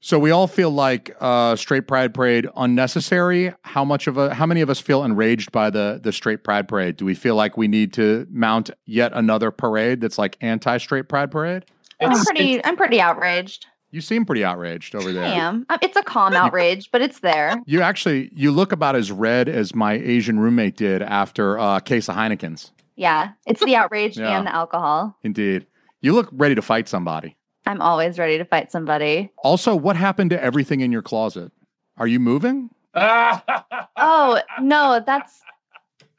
So we all feel like uh, straight pride parade unnecessary. How much of a how many of us feel enraged by the the straight pride parade? Do we feel like we need to mount yet another parade that's like anti straight pride parade? I'm pretty. I'm pretty outraged. You seem pretty outraged over there. I am. Uh, It's a calm outrage, but it's there. You actually you look about as red as my Asian roommate did after uh, a case of Heineken's. Yeah, it's the outrage Yeah. and the alcohol. Indeed. You look ready to fight somebody. I'm always ready to fight somebody. Also, what happened to everything in your closet? Are you moving? Ah, Oh no, that's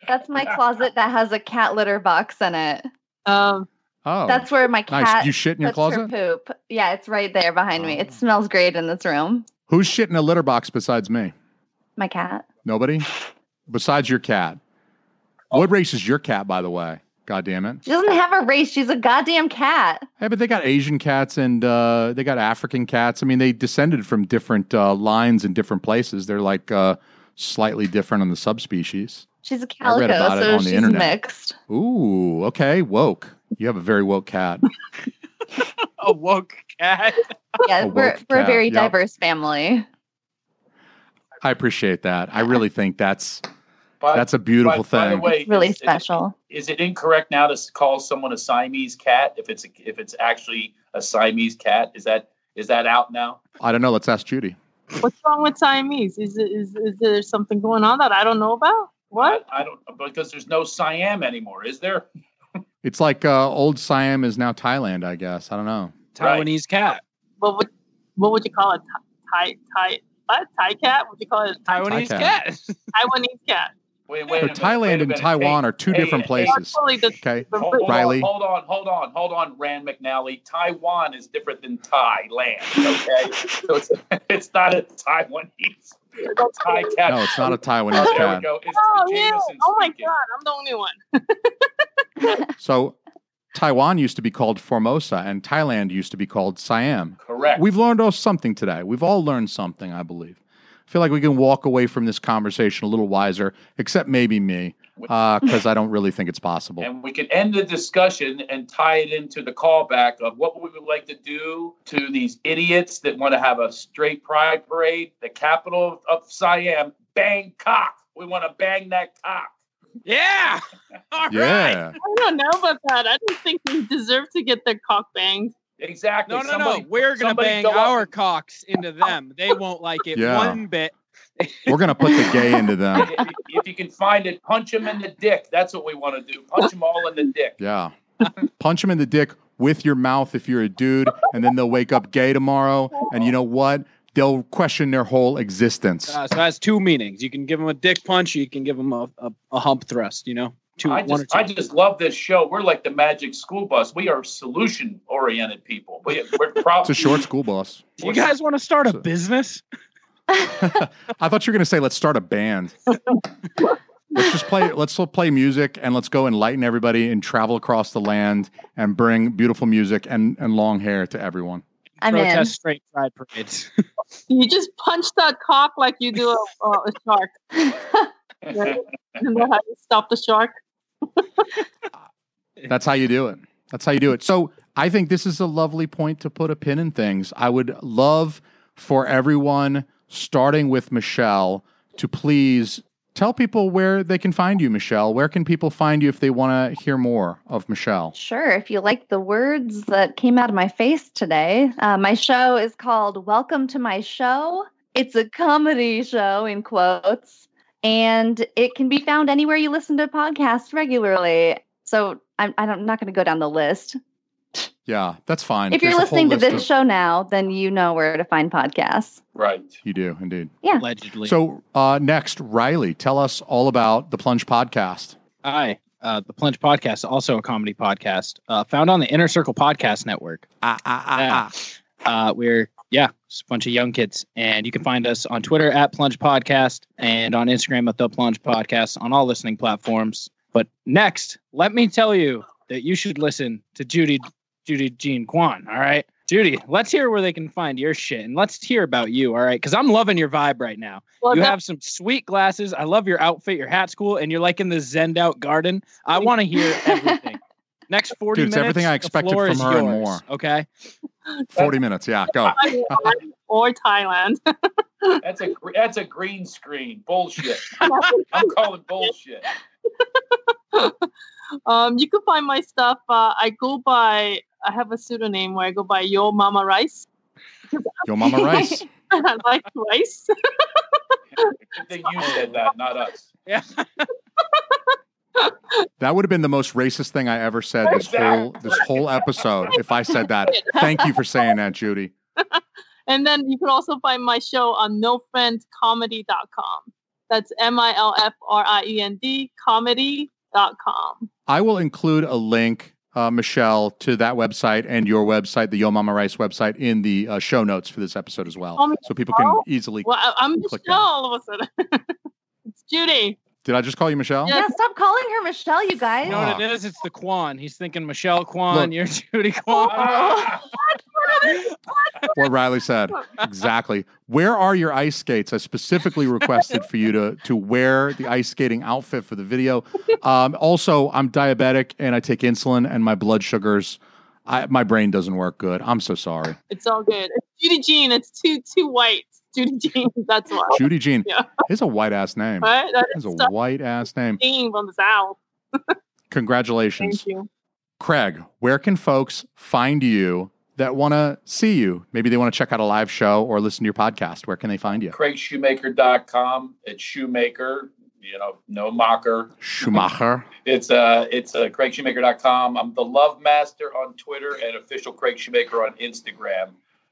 that's my closet that has a cat litter box in it. Um, Oh. that's where my cat. nice. You shit in your puts her closet? Oh. Poop. Yeah, it's right there behind me. It smells great in this room. Who's shit in a litter box besides me? My cat. Nobody? Besides your cat. What race is your cat, by the way? God damn it. She doesn't have a race. She's a goddamn cat. Hey, but they got Asian cats and uh, they got African cats. I mean, they descended from different uh, lines in different places. They're like uh, slightly different on the subspecies. She's a I read calico, about it so on the she's internet. mixed. Ooh, okay, woke. You have a very woke cat. a woke cat. Yeah, A we're woke we're a cat, very yep. diverse family. I appreciate that. I really think that's But- that's a beautiful but By the thing. way, Really is, special. is it incorrect now to s- call someone a Siamese cat if it's a, if it's actually a Siamese cat? Is that is that out now? I don't know. Let's ask Judy. what's wrong with Siamese? Is, it, is is there something going on that I don't know about? What? I don't because there's no Siam anymore, is there? It's like uh, old Siam is now Thailand, I guess. I don't know. Taiwanese cat. What would what would you call it? Thai Thai what? Thai cat? Would you call it? Thai- Taiwanese Thai cat. Taiwanese cat. Wait, No, wait. a minute, wait Thailand a and minute. Taiwan Hey, are two hey, different hey, places. Totally the, Okay, the- Hold, hold Riley. on, hold on, hold on, hold on, Rand McNally. Taiwan is different than Thailand, okay? so it's, it's not a Taiwanese. A Thai cat. No, it's not a Oh, Taiwanese there we cat. go. It's Oh, the yeah. Jameson oh my speaking. god, I'm the only one. So Taiwan used to be called Formosa, and Thailand used to be called Siam. Correct. We've learned all something today. We've all learned something, I believe. I feel like we can walk away from this conversation a little wiser, except maybe me, because I don't really think it's possible. And we can end the discussion and tie it into the callback of what we would like to do to these idiots that want to have a straight pride parade, the capital of Siam, Bangkok. We want to bang that cock. Yeah. All right. Yeah. I don't know about that. I don't think they deserve to get their cock banged. Exactly. No, no, Somebody- no. We're gonna somebody bang go up our and- cocks into them. They won't like it Yeah. one bit. We're going to put the gay into them. if, if you can find it, punch them in the dick. That's what we want to do. Punch them all in the dick. Yeah. Punch them in the dick with your mouth if you're a dude, and then they'll wake up gay tomorrow. And you know what? They'll question their whole existence. Uh, so it has two meanings. You can give them a dick punch. You can give them a, a, a hump thrust. You know, two I one or just, two. I just love this show. We're like the magic school bus. We are solution oriented people. We, we're It's a probably short school bus. you guys want to start a business? I thought you were going to say let's start a band. let's just play. Let's all play music and let's go enlighten everybody and travel across the land and bring beautiful music and and long hair to everyone. I'm Protest in. straight pride parades. You just punch that cock like you do a, a a shark. Yeah. You know how you stop the shark? That's how you do it. That's how you do it. So I think this is a lovely point to put a pin in things. I would love for everyone, starting with Michelle, to please tell people where they can find you, Michelle. Where can people find you if they want to hear more of Michelle? Sure. If you like the words that came out of my face today, uh, my show is called Welcome to My Show. It's a comedy show, in quotes, and it can be found anywhere you listen to podcasts regularly. So I'm, I'm not going to go down the list. Yeah, that's fine. if you're There's a listening to whole list this of- show now, then you know where to find podcasts. Right. You do, indeed. Yeah. Allegedly. So, uh, next, Riley, tell us all about the Plunge podcast. Hi, uh, the Plunge Podcast, also a comedy podcast, uh, found on the Inner Circle Podcast Network. Ah, ah, ah, ah. Uh, we're yeah, just a bunch of young kids, and you can find us on Twitter at Plunge Podcast and on Instagram at the Plunge Podcast on all listening platforms. But next, let me tell you that you should listen to Judy, Judy Jean Kwan. All right, Judy, let's hear where they can find your shit, and let's hear about you. All right, because I'm loving your vibe right now Well, you that- have some sweet glasses. I love your outfit. Your hat's cool, and you're like in the zened out garden. I want to hear everything. Next forty Dude, it's minutes, everything I the expected floor from is her and yours, more. Okay, 40 minutes. Yeah, go. Taiwan or Thailand. That's a gr- that's a green screen bullshit. I'm calling bullshit. um, you can find my stuff. Uh, I go by, I have a pseudonym where I go by Yo Mama Rice. Yo, Mama Rice. I like rice. I think you said that, not us. Yeah. That would have been the most racist thing I ever said this whole this whole episode if I said that. Thank you for saying that, Judy. And then you can also find my show on nofriendcomedy.com. That's M I L F R I E N D comedy.com. I will include a link, uh, Michelle, to that website and your website, the Yo Mama Rice website, in the uh, show notes for this episode as well, Call me so people can Michelle? easily. Well, I, I'm click Michelle all of a sudden. it's Judy. Did I just call you Michelle? Yeah, stop calling her Michelle, you you guys. know what it is? It's the Kwan. He's thinking Michelle Kwan. Look. You're Judy Kwan. Ah. What Riley said exactly. Where are your ice skates? I specifically requested for you to to wear the ice skating outfit for the video. Um, also, I'm diabetic and I take insulin, and my blood sugars. I, my brain doesn't work good. I'm so sorry. It's all good. It's Judy Jean. It's too too white. Judy Jean. That's why. Judy Jean Yeah. is a white ass name. Right? That That's is a stuff white ass name. Jean from the South. Congratulations. Thank you. Craig, where can folks find you that want to see you? Maybe they want to check out a live show or listen to your podcast. Where can they find you? CraigShoemaker.com. It's Shoemaker. You know, no mocker. Schumacher. It's uh it's uh, CraigShoemaker.com. I'm the Love Master on Twitter and official Craig Shoemaker on Instagram.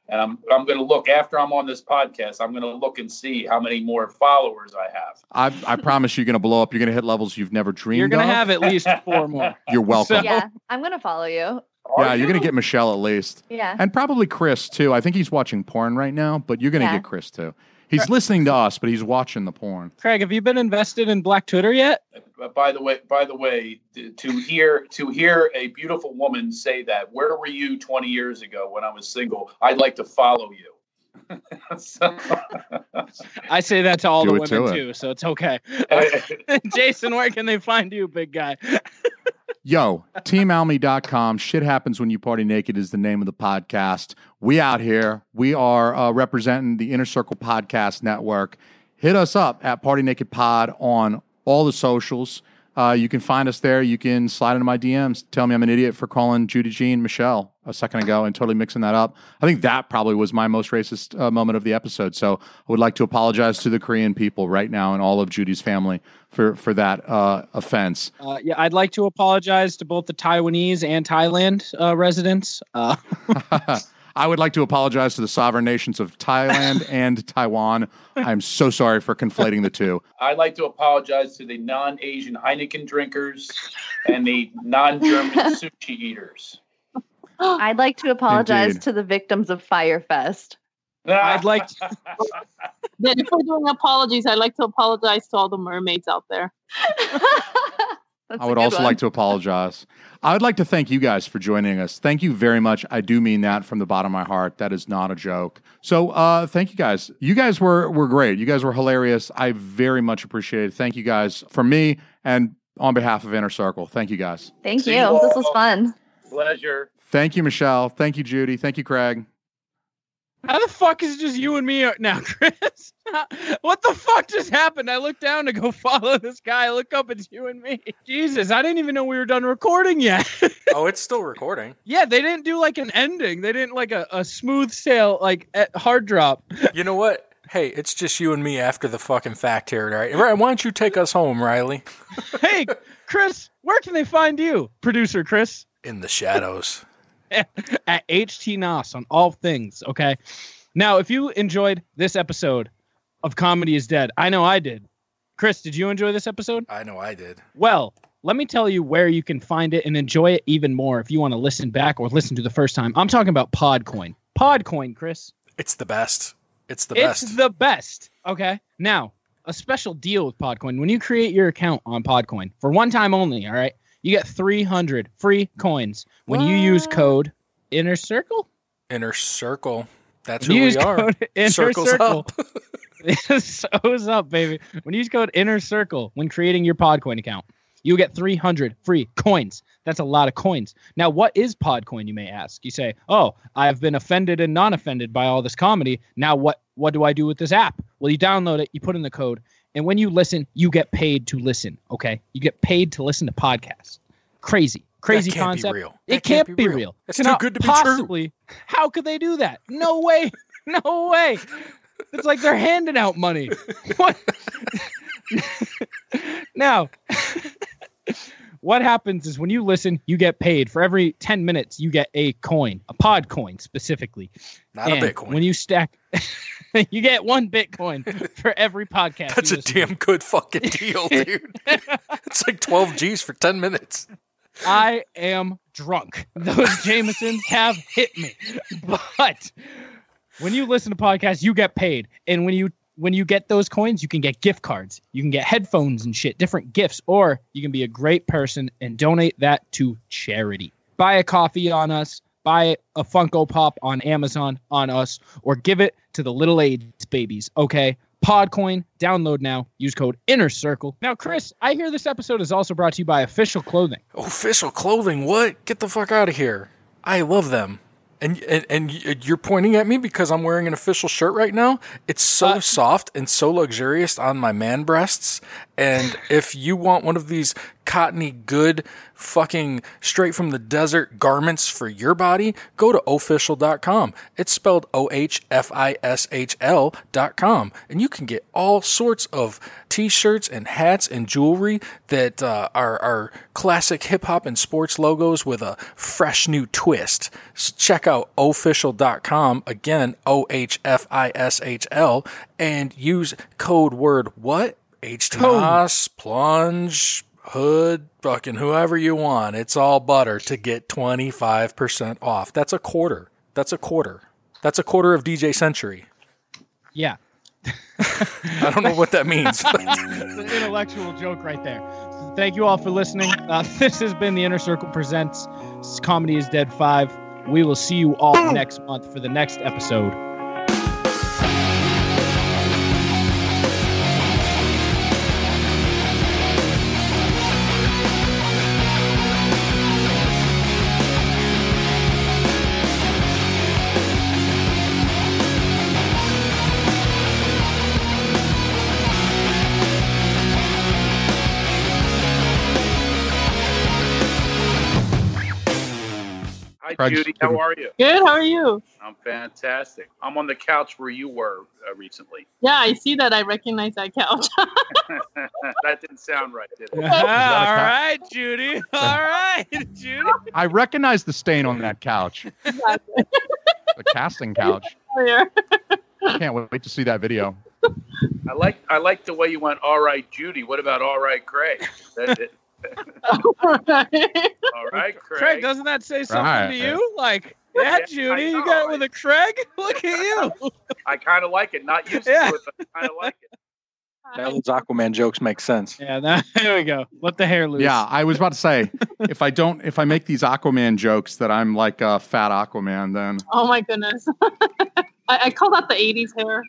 And I'm I'm going to look after I'm on this podcast. I'm going to look and see how many more followers I have. I, I promise you're going to blow up. You're going to hit levels you've never dreamed You're gonna of. have at least four more. you're welcome. Yeah, I'm gonna follow you. yeah, you're going to get Michelle at least. Yeah. And probably Chris too. I think he's watching porn right now, but you're going to Yeah. get Chris too. He's listening to us, but he's watching the porn. Craig, have you been invested in Black Twitter yet? But by the way, by the way, t- to hear to hear a beautiful woman say that, where were you 20 years ago when I was single? I'd like to follow you. So- I say that to all Do the it to women it. too, so it's okay. Jason, where can they find you, big guy? Yo, teamalmy.com. Shit happens when you party naked is the name of the podcast. We out here. We are uh, representing the Inner Circle Podcast Network. Hit us up at Party Naked Pod on all the socials. Uh, you can find us there. You can slide into my DMs. Tell me I'm an idiot for calling Judy Jean Michelle a second ago and totally mixing that up. I think that probably was my most racist uh, moment of the episode. So I would like to apologize to the Korean people right now and all of Judy's family for for that uh, offense. Uh, yeah, I'd like to apologize to both the Taiwanese and Thailand uh, residents. Uh, I would like to apologize to the sovereign nations of Thailand and Taiwan. I'm so sorry for conflating the two. I'd like to apologize to the non-Asian Heineken drinkers and the non-German sushi eaters. I'd like to apologize Indeed. to the victims of Firefest. Ah, I'd like to, Then if we're doing apologies, I'd like to apologize to all the mermaids out there. I would also like to apologize. I would like to thank you guys for joining us. Thank you very much. I do mean that from the bottom of my heart. That is not a joke. So, uh, thank you guys. You guys were were great. You guys were hilarious. I very much appreciate it. Thank you guys for me and on behalf of Inner Circle. Thank you guys. Thank See you. you This all. was fun. Pleasure. Thank you, Michelle. Thank you, Judy. Thank you, Craig. How the fuck is it just you and me now, Chris? what the fuck just happened? I looked down to go follow this guy. I look up, it's you and me. Jesus, I didn't even know we were done recording yet. oh, it's still recording. yeah, they didn't do like an ending. They didn't like a, a smooth sail, like at hard drop. You know what? Hey, it's just you and me after the fucking fact here, all right? Right, Why don't you take us home, Riley? hey, Chris, where can they find you, producer Chris? In the shadows. at HT Nos on all things. Okay. Now, if you enjoyed this episode of Comedy is Dead, I know I did. Chris, did you enjoy this episode? I know I did. Well, let me tell you where you can find it and enjoy it even more if you want to listen back or listen to the first time. I'm talking about Podcoin. Podcoin, Chris. It's the best. It's the it's best. the best. Okay. Now, a special deal with Podcoin. When you create your account on Podcoin for one time only, all right, you get 300 free coins when you use code Inner Circle. Inner circle. That's When who you we use are. code Inner Circles Circle. up. So's up, baby. When you use code Inner Circle when creating your Podcoin account, you get 300 free coins. That's a lot of coins. Now, what is Podcoin, you may ask? You say, oh, I've been offended and non offended by all this comedy. Now, what, what do I do with this app? Well, you download it, you put in the code, and when you listen, you get paid to listen, okay? You get paid to listen to podcasts. Crazy. Crazy That can't be concept. real. It That can't, be real. That's Cannot too good to be true. possibly. How could they do that? No way. No way. It's like they're handing out money. What? now, what happens is when you listen, you get paid. For every 10 minutes, you get a coin, a pod coin specifically. Not a And Bitcoin. When you stack, you get one Bitcoin for every podcast. That's you a damn good fucking deal, dude. it's like 12 G's for 10 minutes. I am drunk. Those Jamesons have hit me. But when you listen to podcasts, you get paid. And when you when you get those coins, you can get gift cards. You can get headphones and shit, different gifts, or you can be a great person and donate that to charity. Buy a coffee on us, buy a Funko Pop on Amazon on us, or give it to the little AIDS babies, okay? Podcoin, download now, use code Inner Circle. Now, Chris, I hear this episode is also brought to you by Official Clothing. Official clothing, what? Get the fuck out of here. I love them. And, and and y- you're pointing at me because I'm wearing an official shirt right now. It's so soft and so luxurious on my man breasts. And if you want one of these cottony, good, fucking straight from the desert garments for your body, go to official.com. It's spelled O H F I S H L dot com, and you can get all sorts of t-shirts and hats and jewelry that uh, are are classic hip hop and sports logos with a fresh new twist. So check out official.com again, O H F I S H L, and use code word what H Tomas plunge. Hood, fucking whoever you want. It's all butter to get 25% off. That's a quarter. That's a quarter. That's a quarter of DJ Century. Yeah. I don't know what that means. but- It's an intellectual joke right there. So thank you all for listening. Uh, this has been the Inner Circle Presents Comedy is Dead 5. We will see you all next month for the next episode. Hi, Craig's Judy. How giving- are you? Good. How are you? I'm fantastic. I'm on the couch where you were uh, recently. Yeah, I see that. I recognize that couch. that didn't sound right, did it? all right, Judy. All right, Judy. I recognize the stain on that couch, the casting couch. Can't wait to see that video. I like I like the way you went. All right, Judy. What about all right, Craig? That, it. all right, Craig. Craig, doesn't that say something Right. to you? Like, yeah, Yeah, I Judy, you know. got it with a Craig? Look at you. I kind of like it. Not used to it, but I kind of like it. Those Aquaman jokes make sense. Yeah, that, there we go. Let the hair loose. Yeah, I was about to say if I don't, if I make these Aquaman jokes, that I'm like a fat Aquaman. Then oh my goodness. I, I call that the 80s hair.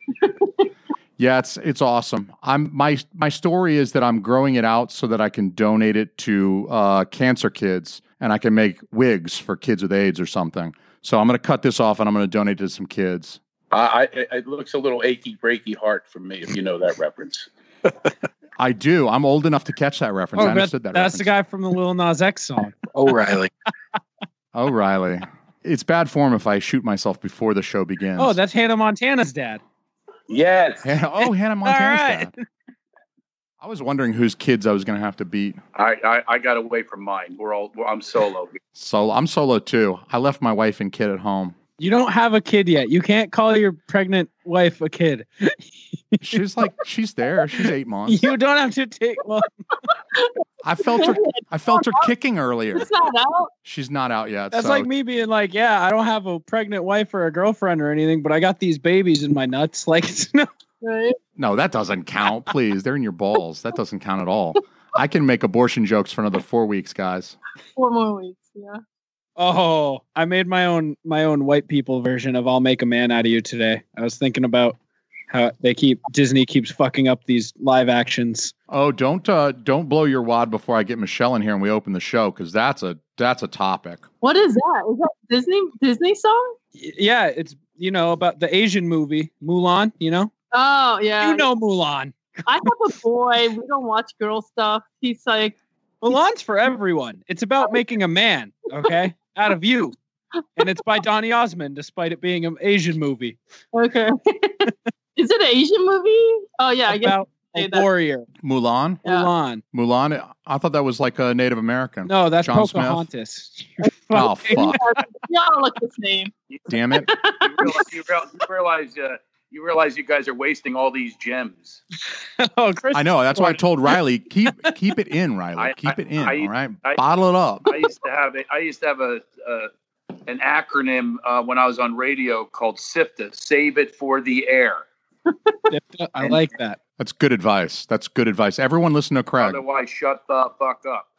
yeah, it's it's awesome. I'm my my story is that I'm growing it out so that I can donate it to uh, cancer kids and I can make wigs for kids with AIDS or something. So I'm going to cut this off and I'm going to donate to some kids. I, I it looks a little achy breaky heart for me if you know that reference. I do. I'm old enough to catch that reference. Oh, I that- understood that. that's the guy from the Lil Nas X song. O'Reilly. O'Reilly. Oh, It's bad form if I shoot myself before the show begins. Oh, that's Hannah Montana's dad. Yes. oh, Hannah Montana's All right. dad. I was wondering whose kids I was going to have to beat. I, I I got away from mine. We're all well, I'm solo. So I'm solo too. I left my wife and kid at home. You don't have a kid yet. You can't call your pregnant wife a kid. She's like, she's there. She's eight months. You don't have to take. Well, I felt her. I felt her kicking earlier. It's not out. She's not out yet. that's so like me being like, yeah, I don't have a pregnant wife or a girlfriend or anything, but I got these babies in my nuts. Like, it's no. Right? No, that doesn't count. Please, they're in your balls. That doesn't count at all. I can make abortion jokes for another four weeks, guys. Four more weeks. Yeah. Oh, I made my own my own white people version of "I'll make a man out of you" today. I was thinking about how they keep Disney keeps fucking up these live actions. Oh, don't uh, don't blow your wad before I get Michelle in here and we open the show because that's a that's a topic. What is that? Is that Disney Disney song? Y- Yeah, it's you know about the Asian movie Mulan. You know, Oh yeah. you know Mulan. I have a boy. We don't watch girl stuff. He's like, Mulan's for everyone. It's about making a man, okay, out of you, and it's by Donny Osmond, despite it being an Asian movie okay. is it an Asian movie? Oh yeah, I guess. about say a that. warrior. Mulan, Yeah. Mulan. Mulan. I thought that was like a Native American. No, that's John Smith? Pocahontas. Oh fuck! Y'all look the same. Damn it! You realize you, real, you realize uh, you realize you guys are wasting all these gems. oh, Chris. I know. That's why I told Riley keep keep it in, Riley. I- Keep it in. I- all right, I- bottle it up. I used to have a, I used to have a, a an acronym uh, when I was on radio called SIFTA, Save It for the Air. I like that. That's good advice. That's good advice. Everyone, listen to Craig. Otherwise, shut the fuck up.